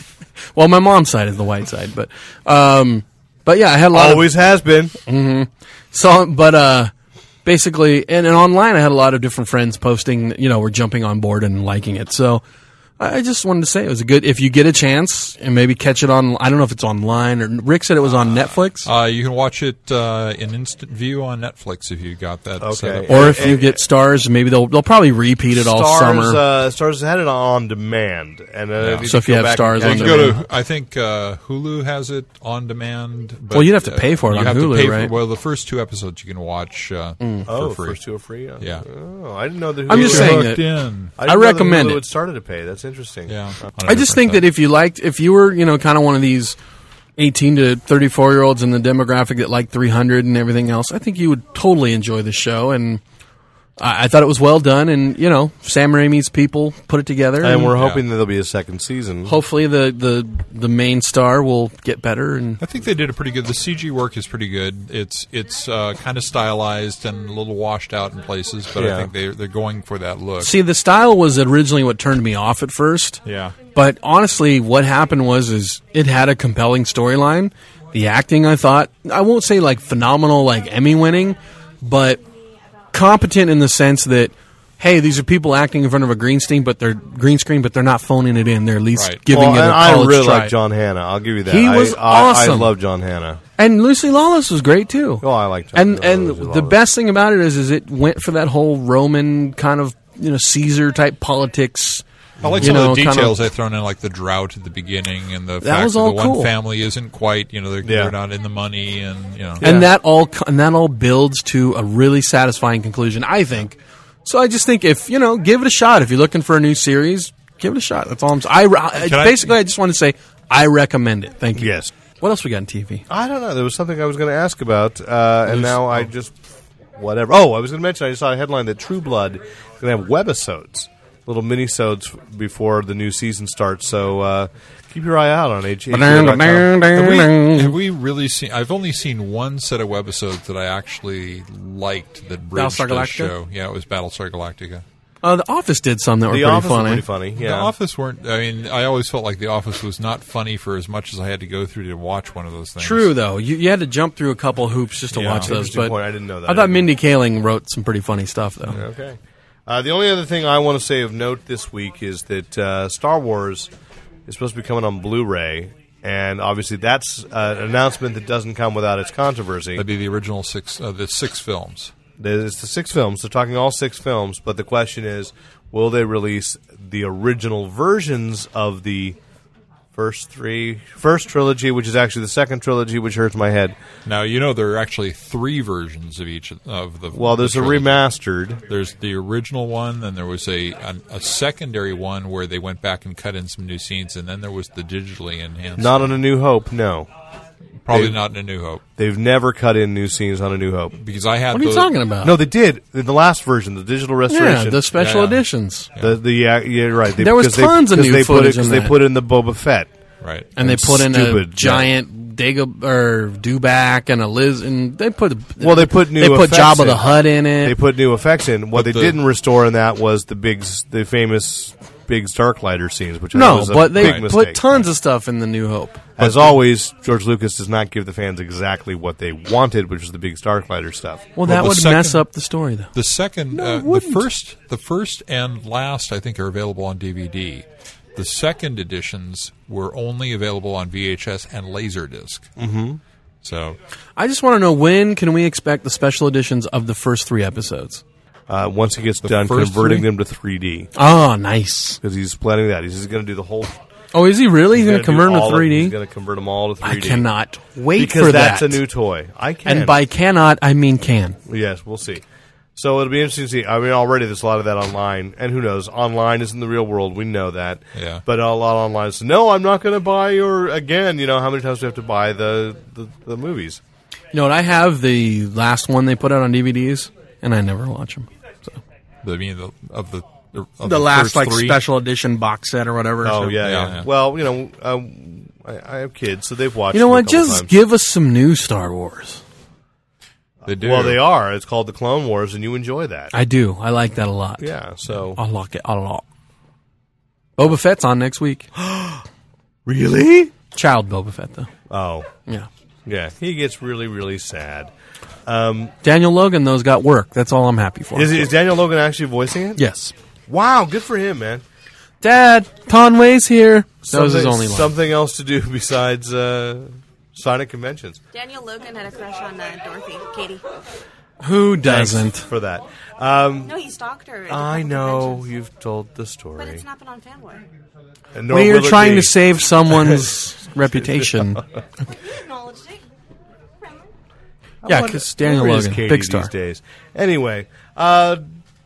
well, my mom's side is the white side, but um but yeah, I had a lot of always has been. so, but uh, basically, and, and online, I had a lot of different friends posting. You know, were jumping on board and liking it. So, I I just wanted to say it was a good. If you get a chance and maybe catch it on, I don't know if it's online or Rick said it was on Netflix, Uh, you can watch it uh, in instant view on Netflix if you got that. Okay. set up. or if you get Stars, maybe they'll they'll probably repeat it all Stars, summer. Uh, Stars had it on demand, and uh, So if you go have back Stars and on catch You it- demand. go to, I think uh, Hulu has it on demand. But, Well, you'd have to uh, pay for it you on have to Hulu, pay for- right? well, the first two episodes you can watch uh, for oh, free. first two are free. Uh, Yeah. Oh, I didn't know that. I'm Hulu- just You're saying hooked that- in. I, didn't I know that recommend Hulu it. Had started to pay. That's interesting. Yeah, I just think that if you liked, if you were, you know, kind of one of these 18 to 34 year olds in the demographic that like 300 and everything else, I think you would totally enjoy the show. And I, I thought it was well done. And, you know, Sam Raimi's people put it together. And we're Yeah. hoping that there'll be a second season. hopefully the, the, the main star will get better. And I think they did it pretty good. The CG work is pretty good. It's it's uh, kind of stylized and a little washed out in places, but Yeah. I think they they're going for that look. see, the style was originally what turned me off at first. yeah, But honestly, what happened was is it had a compelling storyline. The acting, I thought, I won't say like phenomenal, like Emmy winning, but competent in the sense that hey, these are people acting in front of a green screen, but they're green screen, but they're not phoning it in. They're at least Right. giving Well, it a and I college really try. like John Hannah. I'll give you that. He I- was I, I, awesome. love John Hannah. And Lucy Lawless was great too. Oh, I like John and Hannah. and Lucy the Lawless. best thing about it is, is it went for that whole Roman kind of you know Caesar type politics. I like You some know, of the kinda- details they thrown in, like the drought at the beginning and the fact was that all the one cool. family isn't quite you know they're, Yeah. they're not in the money and you know and that all co- and that all builds to a really satisfying conclusion, I think. So I just think if you know, give it a shot. If you're looking for a new series, give it a shot. That's all I'm. s- I, I Can I- basically I just want to say I recommend it. Thank you. Yes. What else we got on TV? I don't know. There was something I was going to ask about, uh, Loose- and now I just whatever. Oh, I was going to mention. I just saw a headline that True Blood is going to have webisodes, little minisodes f- before the new season starts. So uh, keep your eye out on H. Have we, have we really seen? I've only seen one set of webisodes that I actually liked that bridged Battlestar the Galactica? show. Yeah, it was Battlestar Galactica. Uh, the Office did some that The were Office pretty was funny. pretty funny. The Yeah. Office weren't. I mean, I always felt like The Office was not funny for as much as I had to go through to watch one of those things. True though, you, you had to jump through a couple hoops just to Yeah. watch those. Interesting But point. I didn't know that. I I thought didn't- Mindy Kaling wrote some pretty funny stuff though. Okay. Uh, the only other thing I want to say of note this week is that uh, Star Wars is supposed to be coming on Blu-ray, and obviously that's uh, an announcement that doesn't come without its controversy. That'd be the original six, uh, the six films. It's the six films. They're talking all six films, but the question is, will they release the original versions of the first three, first trilogy, which is actually the second trilogy, which hurts my head. Now you know there are actually three versions of each of the. Well, there's the a trilogy. remastered. There's the original one, then there was a, a a secondary one where they went back and cut in some new scenes, and then there was the digitally enhanced. Not on A New Hope, no. probably they- not in A New Hope They've never cut in new scenes on A New Hope. because I had. What are you those- talking about? Uh, No, they did. In the last version, the digital restoration. yeah, the special Yeah. editions, The, the yeah, yeah, right. They, There was because they- tons of because new they put footage because in they that. put in the Boba Fett. Right. and they put in a stupid, yeah. giant Dagobah or Dubak and a Liz, and they put Well, they put new. they put effects Jabba in. the Hutt in it. They put new effects in. What But they the- didn't restore in that was the big, s- the famous big Darklighter scenes, which I thought No, was a but they big put mistake. tons of stuff in the New Hope. As always, George Lucas does not give the fans exactly what they wanted, which was the big Starklighter stuff. Well, Well, that the would second- mess up the story, though. The second, uh, the first, the first and last, I think, are available on DVD. The second editions were only available on VHS and Laserdisc. Mm-hmm. So I just want to know when can we expect the special editions of the first three episodes? uh, once he gets done first converting three? them to 3D Oh, nice. because he's planning that. He's just going to do the whole. Oh, is he really? He's, going to do convert him to all of- He's 3D? going to convert them all to 3D. I cannot wait because for that's that. a new toy. I can. and by cannot, I mean can. yes, we'll see. So it'll be interesting to see. I mean, already there's a lot of that online, and who knows? Online isn't the real world. We know that. Yeah. But a lot online is no. I'm not going to buy your again. You know how many times do we have to buy the the, the movies? You know what? I have the last one they put out on DVDs, and I never watch them. I mean, the, of the of the, The last first like three. special edition box set or whatever. Oh So- yeah, yeah, yeah. yeah. Well, you know, um, I, I have kids, so they've watched. You know them a what? couple Just times. give us some new Star Wars. They do. Well, they are. It's called the Clone Wars, and you enjoy that. I Uh, do. I like that a lot. yeah. So I like it a lot. Boba Fett's on next week. really? Child Boba Fett though. Oh, Yeah. yeah. He gets really, really sad. Daniel Logan those got work. That's all I'm happy for. Is, is Daniel Logan actually voicing it? yes. Wow, good for him, man. Dad, Conway's here. That was his Something- only line. Something else to do besides uh, Sonic conventions. Daniel Logan had a crush on uh, Dorothy, Katie. Who Thanks doesn't? for that. Um, No, he stalked her. at a I couple know conventions. you've told the But story. it's not been on fanboy. And nor We are will it trying be. to save someone's reputation. He acknowledged it. Remember? Yeah, What- because Daniel where is Logan, Katie big star. these days. Anyway, uh,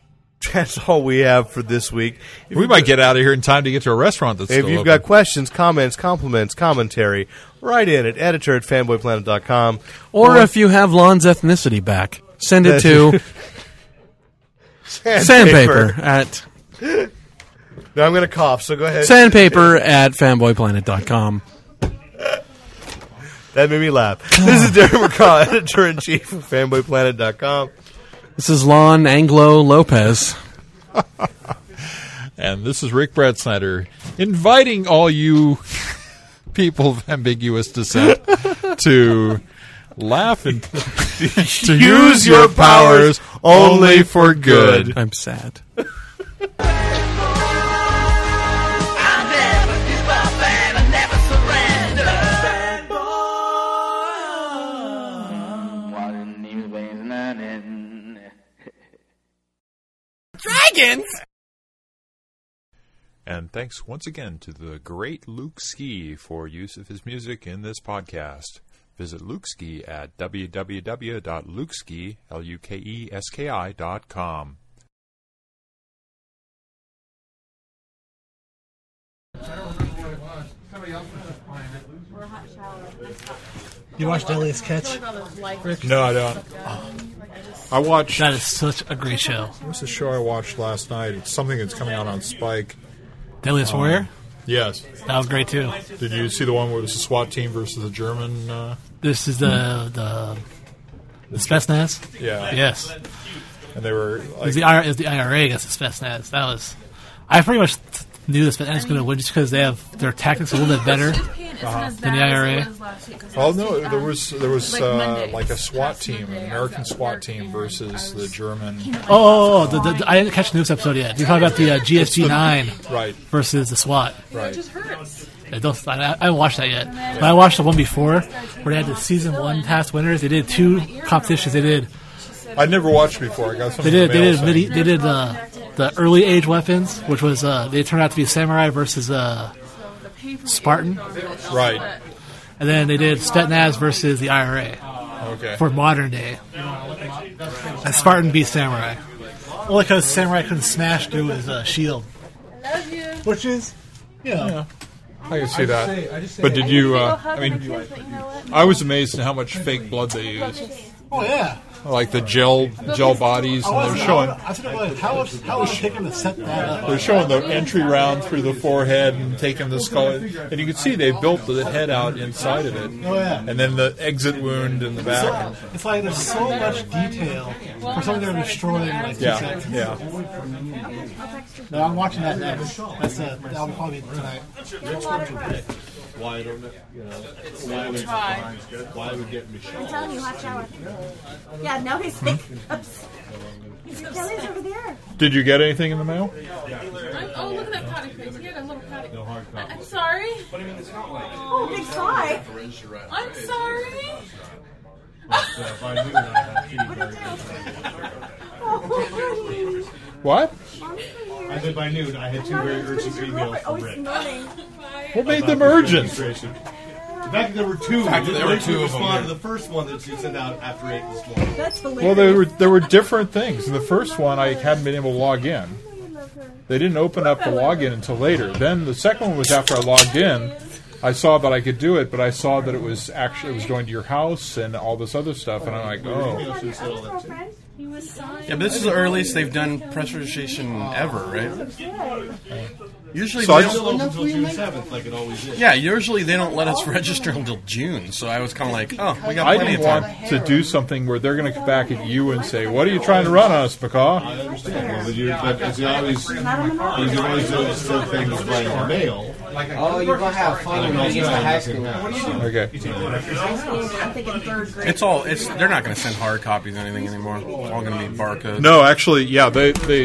that's all we have for this week. If we you- might get out of here in time to get to a restaurant that's If still you've open. got questions, comments, compliments, commentary, write in at editor at fanboyplanet.com. Or if you have Lon's ethnicity back, send it to sandpaper at No, I'm going to cough, so go ahead. sandpaper at fanboyplanet.com. that made me laugh. this is Darren McCall, editor in chief of fanboyplanet.com. This is Lon Anglo Lopez. And this is Rick Brad Snyder inviting all you people of ambiguous descent to laugh and to Use your powers only for good. I'm sad. I never give up and I never surrender. Fanboy. And thanks once again to the great Luke Ski for use of his music in this podcast. Visit Luke Ski at www.lukeski, E L-U-K-E-S-K-I dot com. You watched Elias Catch? No, I don't. I watched. That is such a great show. What's the show I watched last night? It's something that's coming out on Spike. Deadliest Warrior? Yes. That was great too. Did you see the one where it was a SWAT team versus a German? Uh, This is the the the Spetsnaz. yeah. Yes, And they were it like, was the IRA, it was the IRA against the Spetsnaz. That was. I pretty much knew the Spetsnaz was going to win just because they have their tactics a little bit better. than the IRA? oh no, there was there was uh, like a SWAT team, an American SWAT team versus the German. Oh, oh, oh the, the, I didn't catch the news episode yet. You're talking about the uh, GSG nine Right. versus the SWAT. Right. I, don't, I, I haven't watched that yet. But I watched the one before where they had the season one past winners. They did two competitions. They did I never watched before. I got some. They in the did. They mail did. saying- Midi, they did uh, the early age weapons, which was uh, they turned out to be samurai versus uh, Spartan, Right. and then they did Spetsnaz versus the IRA Okay. for modern day. And Spartan beat samurai, only because samurai couldn't smash through his uh, shield, which is you know I can see that. But did you? Uh, I mean, I was amazed at how much fake blood they used. oh yeah. Like the gel gel bodies, and they're showing I said, like, how was how was taking to set that up? They're showing the entry round through the forehead and taking the skull, and you can see they built the head out inside of it, Oh, yeah. and then the exit wound in the back. It's like there's so much detail for something they're destroying in like two Yeah, seconds. yeah. No, I'm watching that next. That's uh, that'll probably be tonight. I'm telling you, hot shower. Yeah, now he's like, oops. He's like, Kelly's over there. Did you get anything in the mail? Oh, look at that potty face. He had a little potty. I- I'm sorry. Oh, big sigh. I'm sorry. uh, What a joke. Oh, honey. What? I said by noon, I had two very urgent emails Oh, from Rick. What made About them the urgent? administration. The fact that there were two, The fact that there were Rick two of them, responded yeah. to the first one that she sent out after 8 this morning. That's Well, there were there were different things. In the first one, I hadn't been able to log in. They didn't open up the login until later. Then the second one was after I logged in. I saw that I could do it, but I saw that it was actually it was going to your house and all this other stuff, and I'm like, oh. Yeah, but this is the earliest they've done press registration ever, right? Usually, So they I just- don't- Still open till June 7th, like it always is. yeah, usually they don't let us register until June. So I was kind of like, oh, we got I plenty of didn't time. want to do something where they're going to come back at you and say, "What are you trying to run on us, I Macaw?" understand. Well, but you're, but as you always, as you always do, it's still things by mail. Oh, you're gonna have fun when you get to high school. Okay. I'm thinking third grade. It's all. It's they're not going to send hard copies or anything anymore. It's all going to be barcodes. No, actually, yeah, they, they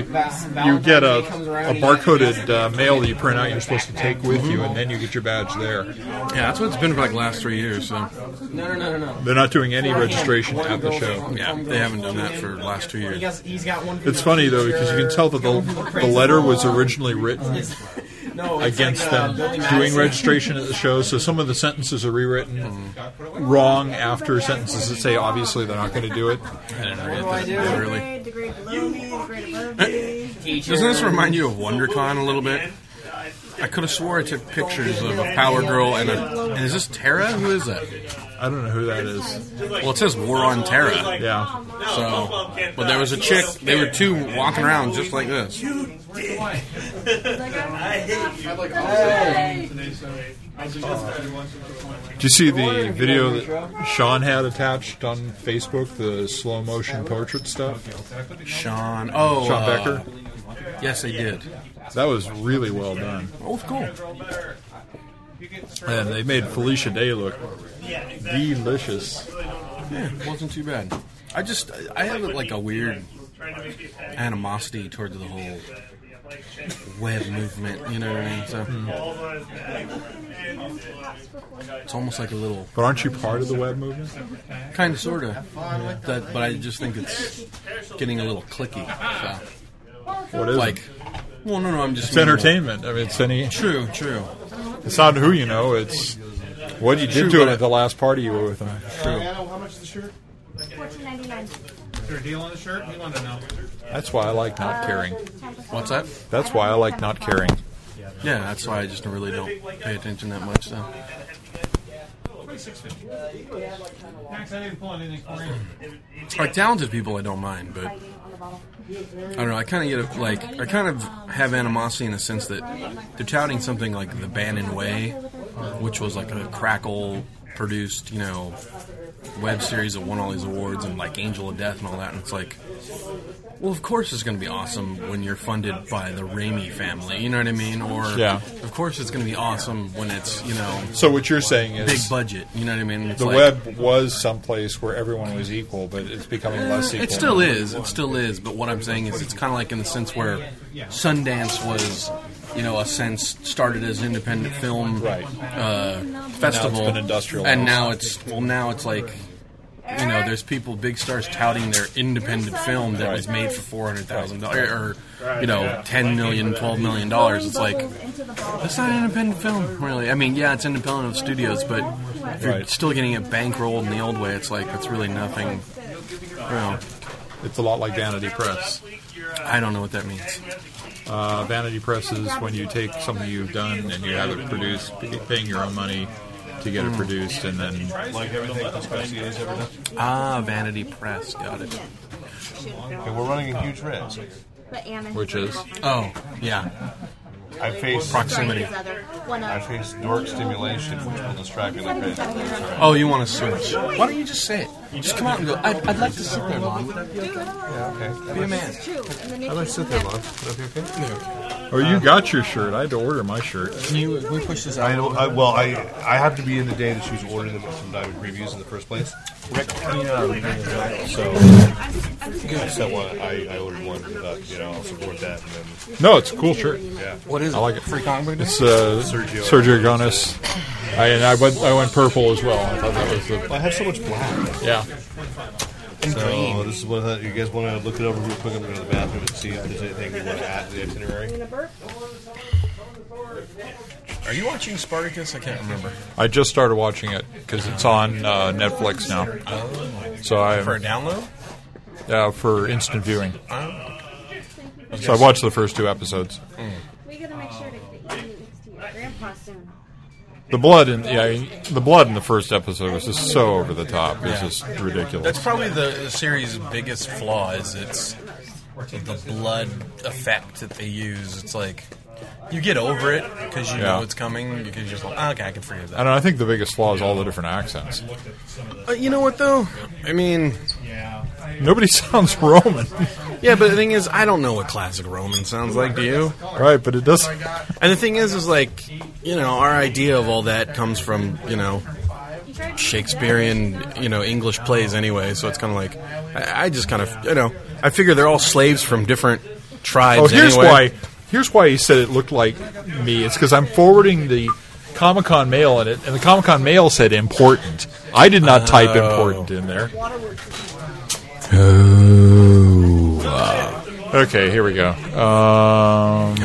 you get a, a barcoded uh, mail that you print out. You're supposed to take with you, and then you get your badge there. Yeah, that's what it's been for like last three years. So No, no, no, no, no. they're not doing any registration at the show. Yeah, they haven't done that for the last two He years. has, he's got one. It's funny though because you can tell that the, the letter was originally written No, it's against like, uh, them Billy doing Madison. registration at the show, so some of the sentences are rewritten wrong after sentences that say obviously they're not going to do it. I didn't What do I do? Really? The grade below me, the grade above me. Doesn't this remind you of WonderCon a little bit? I could have swore I took pictures of a Power Girl and a. And is this Terra? Who is that? I don't know who that is. Well, it says War on Terra. Yeah. So, but there was a chick. They were two walking around just like this. Did you see the video that Sean had attached on Facebook, the slow motion portrait stuff? Sean. Oh, Sean uh, Becker. Yes, they did. That was really well done. Oh, cool. And they made Felicia Day look delicious. Yeah, it wasn't too bad. I just I have like a weird animosity toward the whole web movement. You know what I mean? So it's almost like a little. But aren't you part of the web movement? Kind of, sort of. That, but I just think it's getting a little clicky. So. What is it? like? Well, no, no. I'm just It's entertainment. I mean, it's any. True, true. It's not who you know. It's what you True, did to it but- at the last party you were with. Them. how much is the shirt? Fourteen ninety nine. Is there a deal on the shirt? We want to know. That's why I like not caring. What's that? That's why I like not caring. Yeah, that's why I just really don't pay attention that much. So. Max, I didn't pull anything for you. Like talented people, I don't mind, but I don't know. I kind of get a, like I kind of have animosity in the sense that they're touting something like the Bannon Way, which was like a Crackle produced, you know, web series that won all these awards and like Angel of Death and all that. And it's like, well, of course it's going to be awesome when you're funded by the Raimi family. You know what I mean? Or Yeah. of course it's going to be awesome when it's you know So what you're saying is big budget. You know what I mean? It's The like- web was someplace where everyone was equal, but it's becoming less equal. It still is. It still is. But what I'm saying is, it's kind of like in the sense where Sundance was, you know, a sense started as independent film uh, festival, Now it's been industrialized. and now it's well, now it's like. You know, there's people, big stars, touting their independent film that was made for four hundred thousand dollars, or you know, ten million, twelve million dollars. It's like that's not an independent film, really. I mean, yeah, it's independent of studios, but if you're Right. still getting it bankrolled in the old way, it's like that's really nothing. You know, It's a lot like Vanity Press. I don't know what that means. Uh, Vanity Press is when you take something you've done and you have it produced, p- paying your own money to get it Mm. produced, and then Like everything Conspiracy has ever done. Ah, Vanity Press, got it. Okay, we're running a huge risk. But Anna. Which is? Oh, yeah. I face Proximity. I face dork stimulation, which will distract me like crazy. Oh, you want to switch? Why don't you just say it? You just come out and go. I'd, I'd like to sit there, Mom. Would that be okay? Yeah, okay. Be a man. I'd like to sit there, Mom. Would that be okay? Oh, you got your shirt. I had to order my shirt. Can you can we push this I don't. I, well, I I have to be in the day that she's ordering them from Diamond Previews in the first place. Rick, you know, so so uh, one, I, I ordered one, but you know I'll support that. And then No, it's a cool shirt. Yeah. What is I like it. Free comic book day? It's uh, Sergio. Sergio. Sergio Gomez. I, and I went. I went purple as well. I thought that was the. I have so much black. Yeah. So green. this is what I thought- you guys want to look it over real quick. I'm going to go to the bathroom and see if there's anything you want to add to the itinerary. Are you watching Spartacus? I can't remember. I just started watching it because it's on uh, Netflix now. Oh So I For a download? Yeah, for instant viewing. Oh. So I watched the first two episodes. We gotta make sure to get you next to your grandpa soon. The blood in yeah, the blood in the first episode was just so over the top. It was Yeah. just ridiculous. That's probably the, the series' biggest flaw is its the blood effect that they use. It's like you get over it because you know Yeah. it's coming. Because you're just like, "Ah, okay, I can forgive I that. don't. know, I think the biggest flaw is all the different accents. Uh, you know what though? I mean, Nobody sounds Roman. yeah, but the thing is, I don't know what classic Roman sounds like. Do you? Right, but it does. And the thing is, is like, you know, our idea of all that comes from you know Shakespearean, you know, English plays anyway. So it's kind of like, I, I just kind of, you know, I figure they're all slaves from different tribes. Oh, here's anyway. why. Here's why he said it looked like me. It's because I'm forwarding the Comic Con mail in it, and the Comic Con mail said important. I did not type Oh. important in there. Oh. Okay, here we go. Um,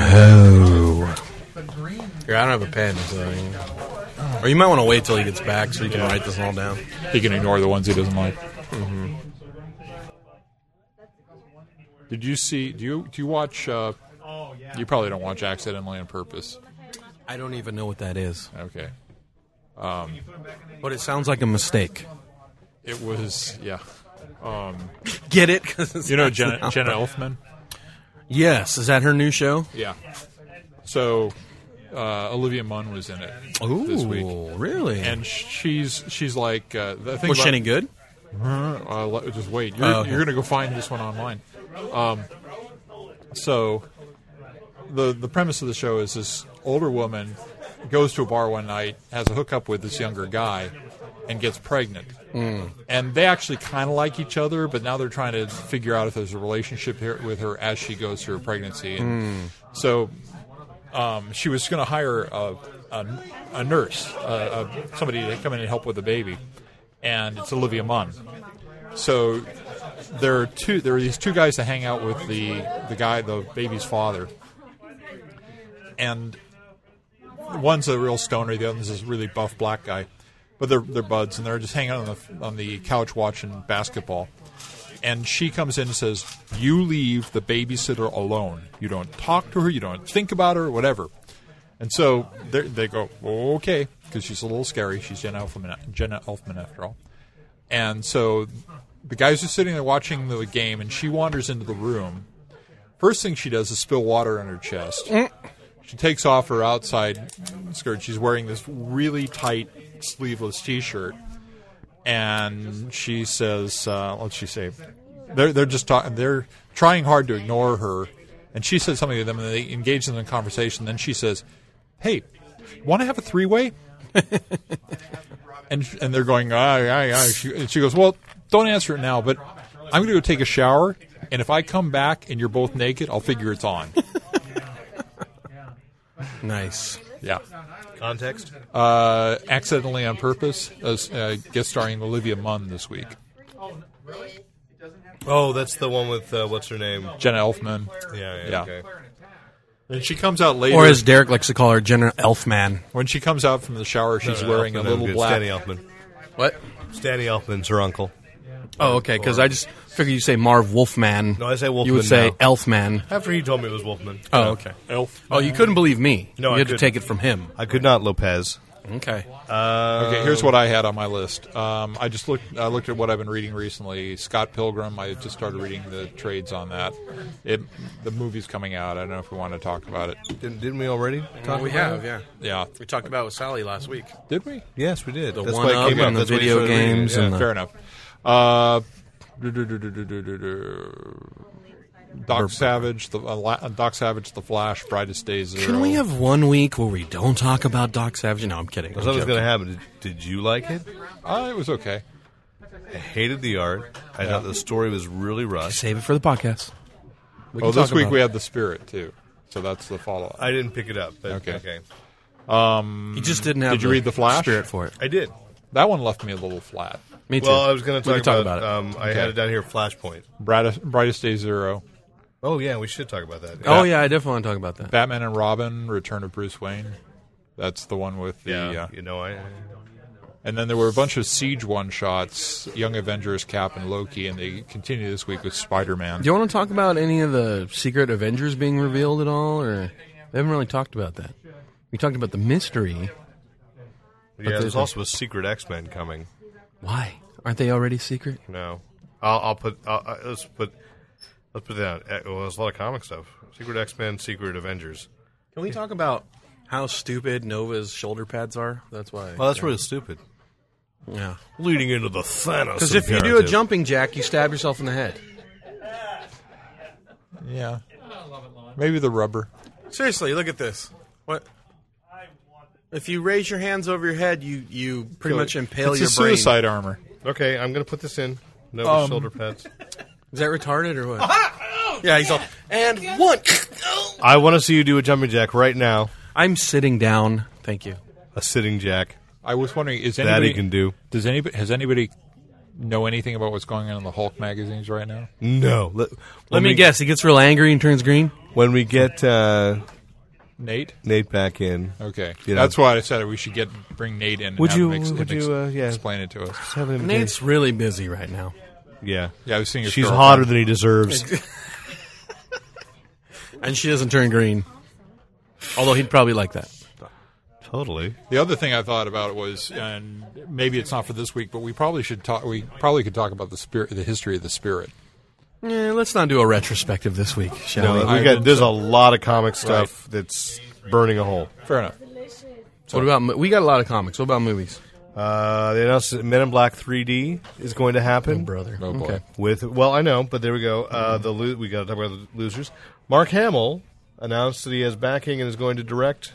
Here, I don't have a pen, so. you know. Or you might want to wait till he gets back so you can write this all down. He can ignore the ones he doesn't like. Mm-hmm. hmm Did you see? Do you do you watch? Uh, you probably don't watch accidentally on purpose. I don't even know what that is. Okay. Um, But it sounds like a mistake. It was yeah. Um, Get it? 'Cause it's you know not Jenna, sound. Jenna Elfman. Yes, is that her new show? Yeah. So uh, Olivia Munn was in it this week. Ooh, really? And she's she's like uh, the thing. Was she about- any good? Uh, le- just wait. You're, Oh, okay. you're gonna go find this one online. Um, so the the premise of the show is this older woman goes to a bar one night, has a hookup with this younger guy, and gets pregnant. Mm. And they actually kind of like each other, but now they're trying to figure out if there's a relationship here with her as she goes through her pregnancy. And Mm. So um, she was going to hire a, a, a nurse, uh, uh somebody to come in and help with the baby, and it's Olivia Munn. So there are two. There are these two guys that hang out with the the guy, the baby's father, and one's a real stoner, the other's this really buff black guy. But they're they're buds, and they're just hanging on the on the couch watching basketball. And she comes in and says, "You leave the babysitter alone. You don't talk to her. You don't think about her. Whatever." And so they're- they go, "Okay," because she's a little scary. She's Jenna Elfman, Jenna Elfman after all. And so the guys are sitting there watching the game, and she wanders into the room. First thing she does is spill water on her chest. She takes off her outside skirt. She's wearing this really tight sleeveless T-shirt, and she says, uh, "What's she say?" They're they're just talking. They're trying hard to ignore her, and she says something to them, and they engage in a conversation. Then she says, "Hey, want to have a three-way?" and and they're going, "Aye, aye, aye." She, and she goes, "Well, don't answer it now, but I'm going to go take a shower, and if I come back and you're both naked, I'll figure it's on." Nice. Yeah. Context? Uh, accidentally on purpose, as, uh, guest starring Olivia Munn this week. Oh, that's the one with uh, what's her name? Jenna Elfman. Yeah, yeah, Yeah. okay. And she comes out later. Or as Derek likes to call her, Jenna Elfman. when she comes out from the shower, she's no, wearing Elfman, a little good. black. Stanley Elfman. What? Stanley Elfman's her uncle. Oh, okay. Because I just figured you say Marv Wolfman. No, I say Wolfman You would say now. Elfman. After he told me it was Wolfman. Oh, okay. Elf. Oh, you couldn't believe me. No, you I had to couldn't. take it from him. I could not, Lopez. Okay. Uh, Okay, here's what I had on my list. Um, I just looked. I looked at what I've been reading recently. Scott Pilgrim. I just started reading the trades on that. It, the movie's coming out. I don't know if we want to talk about it. Didn't, didn't we already? Well, we have, yeah. Yeah. We talked about it with Sally last week. Did we? Yes, we did. The That's one why it up came up. and the That's why you video started reading it. games Yeah. and the Fair enough. Uh, Doc Savage, the uh, La- Doc Savage, the Flash, Brightest Days. Zero. Can we have one week where we don't talk about Doc Savage? No, I'm kidding. That's what I'm was going joking. to happen. Did, did you like it? Uh, it was okay. I hated the art. I thought the story was really rushed. Save it for the podcast. We oh, can this talk week about we it. had the Spirit too, so that's the follow up. I didn't pick it up. But, Okay. okay. Um, You just didn't have Did you the read the Flash? spirit for it. I did. That one left me a little flat. Well, I was going to talk, about, Um, I had it down here. Flashpoint. Brightest, brightest Day Zero. Oh yeah, we should talk about that. Oh, yeah, I definitely want to talk about that. Batman and Robin: Return of Bruce Wayne. That's the one with the. Yeah, you know I. And then there were a bunch of Siege one shots, Young Avengers, Cap, and Loki, and they continue this week with Spider Man. Do you want to talk about any of the secret Avengers being revealed at all, or we haven't really talked about that? We talked about the mystery. but Yeah, there's also a secret X Men coming. why aren't they already secret? No, I'll, I'll put. I'll, I- let's put. Let's put that. eh, Well, there's a lot of comic stuff. Secret X Men, Secret Avengers. Can we talk about how stupid Nova's shoulder pads are? That's why. Well, Oh, that's really stupid. Yeah, leading into the Thanos. Because if you do a imperative. jumping jack, you stab yourself in the head. Yeah. Maybe the rubber. Seriously, look at this. What? If you raise your hands over your head, you you pretty Kill much you. impale It's a your brain. suicide armor. Okay, I'm going to put this in. Nova's Um, shoulder pads. Is that retarded or what? yeah, he's all and one. I want to see you do a jumping jack right now. I'm sitting down. Thank you. A sitting jack. I was wondering, is That anybody he can do. Does anybody has anybody know anything about what's going on in the Hulk magazines right now? No. Let, Let me guess. He gets real angry and turns green. When we get uh, Nate? Nate back in. Okay, you know. that's why I said we should get bring Nate in. And Would have you- Him ex- would him ex- you, uh, yeah. explain it to us? Just have him- Nate's really busy right now. Yeah. Yeah, I was seeing his She's girlfriend. hotter than he deserves. and she doesn't turn green. Although he'd probably like that. Totally. The other thing I thought about was, and maybe it's not for this week, but we probably should talk. We probably could talk about the spirit, the history of the spirit. Eh, let's not do a retrospective this week, shall No, we? we got, there's a lot of comic stuff that's burning a hole. Fair enough. what about mo- we got a lot of comics? What about movies? Uh, they announced that Men in Black 3D is going to happen. brother. Oh, boy. Okay. With well, I know, but there we go. Uh, the lo- we got to talk about the losers. Mark Hamill announced that he has backing and is going to direct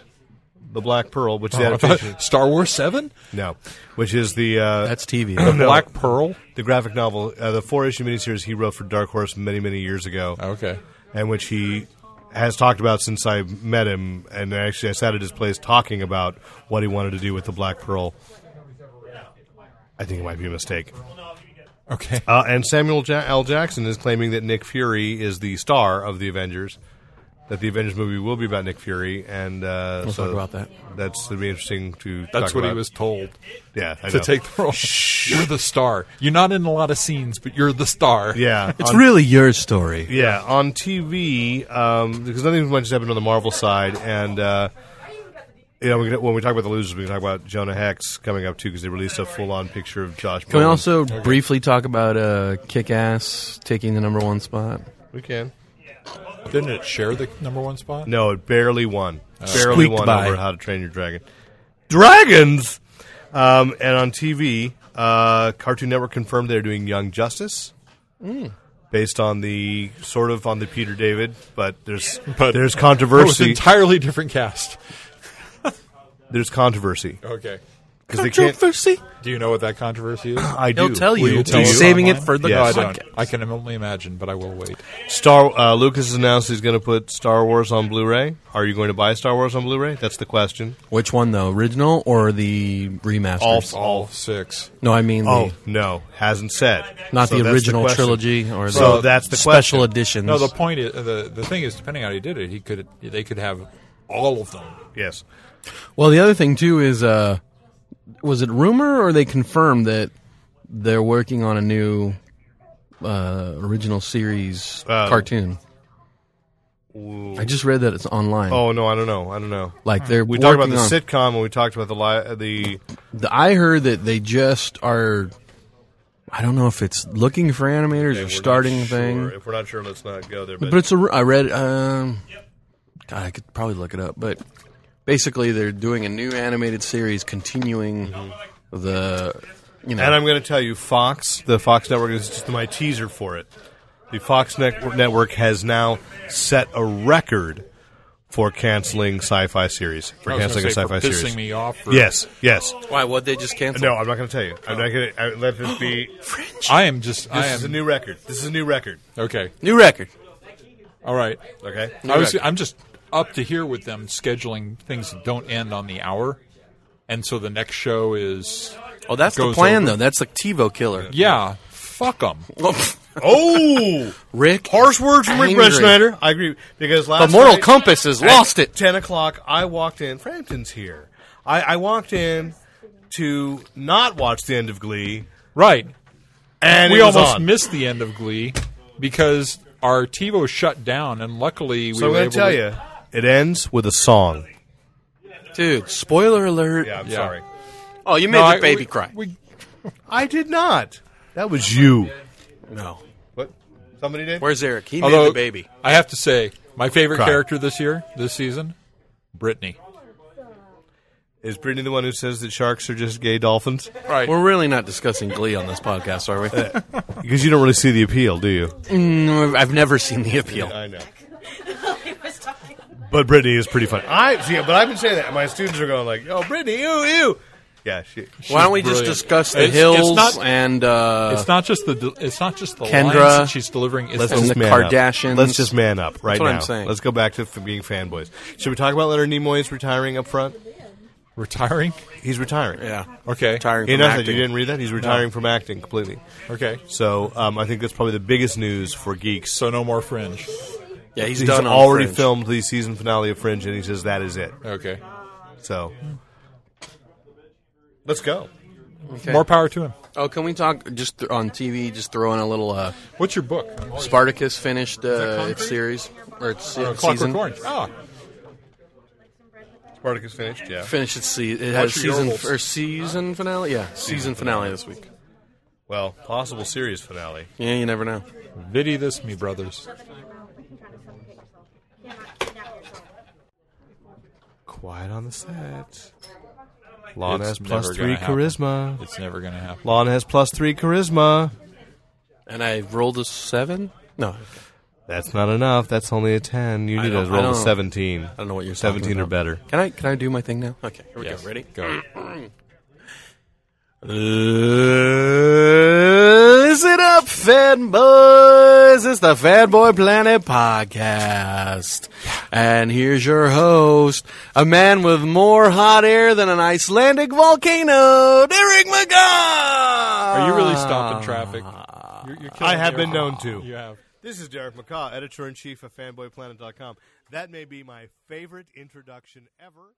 the Black Pearl, which is the Oh, I thought- adaptation. Star Wars Seven? No, which is the uh, that's TV. The Black Pearl, the graphic novel, uh, the four issue miniseries he wrote for Dark Horse many many years ago. Okay, and which he has talked about since I met him, and actually I sat at his place talking about what he wanted to do with the Black Pearl. I think it might be a mistake. Okay. Uh, and Samuel ja- L. Jackson is claiming that Nick Fury is the star of the Avengers. That the Avengers movie will be about Nick Fury, and uh, We'll so talk about that. That's it'd be interesting to. that's talk what he about. was told. Yeah, I to know. take the role. You're the star. You're not in a lot of scenes, but you're the star. Yeah, It's on- really your story. Yeah, on TV, um, because nothing much has happened on the Marvel side, and uh, you know, we can, when we talk about the losers, we can talk about Jonah Hex coming up too, because they released a full-on picture of Josh. Can we Brolin. also briefly talk about uh, Kick Ass taking the number one spot? We can. Didn't it share the number one spot? No, it barely won. Oh. barely Uh, Squeaked won by. over How to Train Your Dragon. Dragons. Um, and on TV, uh, Cartoon Network confirmed they're doing Young Justice. Mm. Based on the sort of on the Peter David, but there's But there's It was an controversy. entirely different cast. there's controversy. Okay. 'Cause they can't- Do you know what that controversy is? I do. Will Do us saving it online? for the no, I, podcast. don't. I can only imagine, but I will wait. Star uh, Lucas has announced he's going to put Star Wars on Blu-ray. Are you going to buy Star Wars on Blu-ray? That's the question. Which one, though? Original or the remasters? All- All six. No, I mean the- Oh no, hasn't said. Not the that's original question. trilogy or so the that's the special question. editions. No, the point is the the thing is, depending on how he did it, he could they could have all of them. Yes. Well, the other thing too is, uh, was it rumor or they confirmed that they're working on a new uh, original series Uh, cartoon? I just read that it's online. Oh no, I don't know. I don't know. Like, they're we talked about working the on- sitcom and we talked about the li- the The- I heard that they just are. I don't know if it's looking for animators or starting a thing, If we're not sure, let's not go there. but, it's a. ru- I read. Um, God, I could probably look it up, but basically they're doing a new animated series continuing the. You know, And I'm going to tell you, Fox, the Fox Network is just my teaser for it. The Fox Net- Network has now set a record for canceling sci-fi series. For I was canceling gonna say a sci-fi for pissing series. me off or- Yes, yes. Why? What they just cancel? No, I'm not going to tell you. I'm not going to let this be. I am just. This I is am a new record. This is a new record. okay. new record. All right. Okay. I was, I'm just up to here with them scheduling things that don't end on the hour, and so the next show is Oh, that's the goes plan, over. though. That's the TiVo killer. Yeah, fuck them. oh, Rick. Harsh words from Rick angry. Bretschneider. I agree because last Mortal night, Compass has at lost it. Ten o'clock. I walked in. Frampton's here. I, I walked in to not watch the end of Glee. Right. And we it was almost on. missed the end of Glee because our TiVo shut down, and luckily we So I'm were gonna able tell to- you, it ends with a song. Dude, spoiler alert. Yeah, I'm Yeah. sorry. Oh, you made No, the I- baby we- cry. we- I did not. That was you. no. What? Somebody did. Where's Eric? He Although made the baby. I have to say, my favorite Cry. character this year, this season, Brittany. Is Brittany the one who says that sharks are just gay dolphins? Right. We're really not discussing Glee on this podcast, are we? Because you don't really see the appeal, do you? Mm, I've never seen the appeal. I know. He was talking. But Brittany is pretty funny. I see, but I've been saying that. My students are going like, "Oh, Brittany, ew, ew." Yeah, she. Why don't we brilliant. just discuss the It's- it's hills not- and uh, It's not just the del- it's not just the lines Kendra, that she's delivering. It's Let's And just the man Kardashians. Up. Let's just man up right That's what now. I'm saying. Let's go back to f- being fanboys. Should we talk about Leonard Nimoy's retiring up front? retiring. He's retiring. yeah, Okay. retiring He from knows that. acting. You didn't read that. He's retiring from acting completely. Okay. So um, I think that's probably the biggest news for geeks. So no more Fringe. Yeah, he's, He's done on already Fringe. filmed the season finale of Fringe, and he says that is it. Okay. So let's go. Okay. More power to him. Oh, can we talk just th- on TV? Just throw in a little uh, What's your book? Spartacus finished uh, its series or its se- Uh, Clockwork season. Orange. Ah, Spartacus finished. Yeah. Finished its season. It had a Watch your season Orvals. or season finale. Yeah, season finale this week. Well, possible series finale. Yeah, you never know. Vidi this me brothers. Quiet on the set. Lon It's has plus never three gonna happen. charisma. It's never gonna happen. Lon has plus three charisma. And I rolled a seven. No, That's not enough. That's only a ten. You I need to don't- I roll a don't- seventeen. I don't know what you're talking seventeen or about. better. Can I can I do my thing now? Okay, here we Yes. go. Ready? Go. Listen up, fanboys. It's the Fanboy Planet podcast. And here's your host, a man with more hot air than an Icelandic volcano, Derek McGaw. Are you really stopping traffic? You're, you're killing I have the been airport. known to. You have. This is Derek McCaw, editor in chief of FanboyPlanet.com. That may be my favorite introduction ever.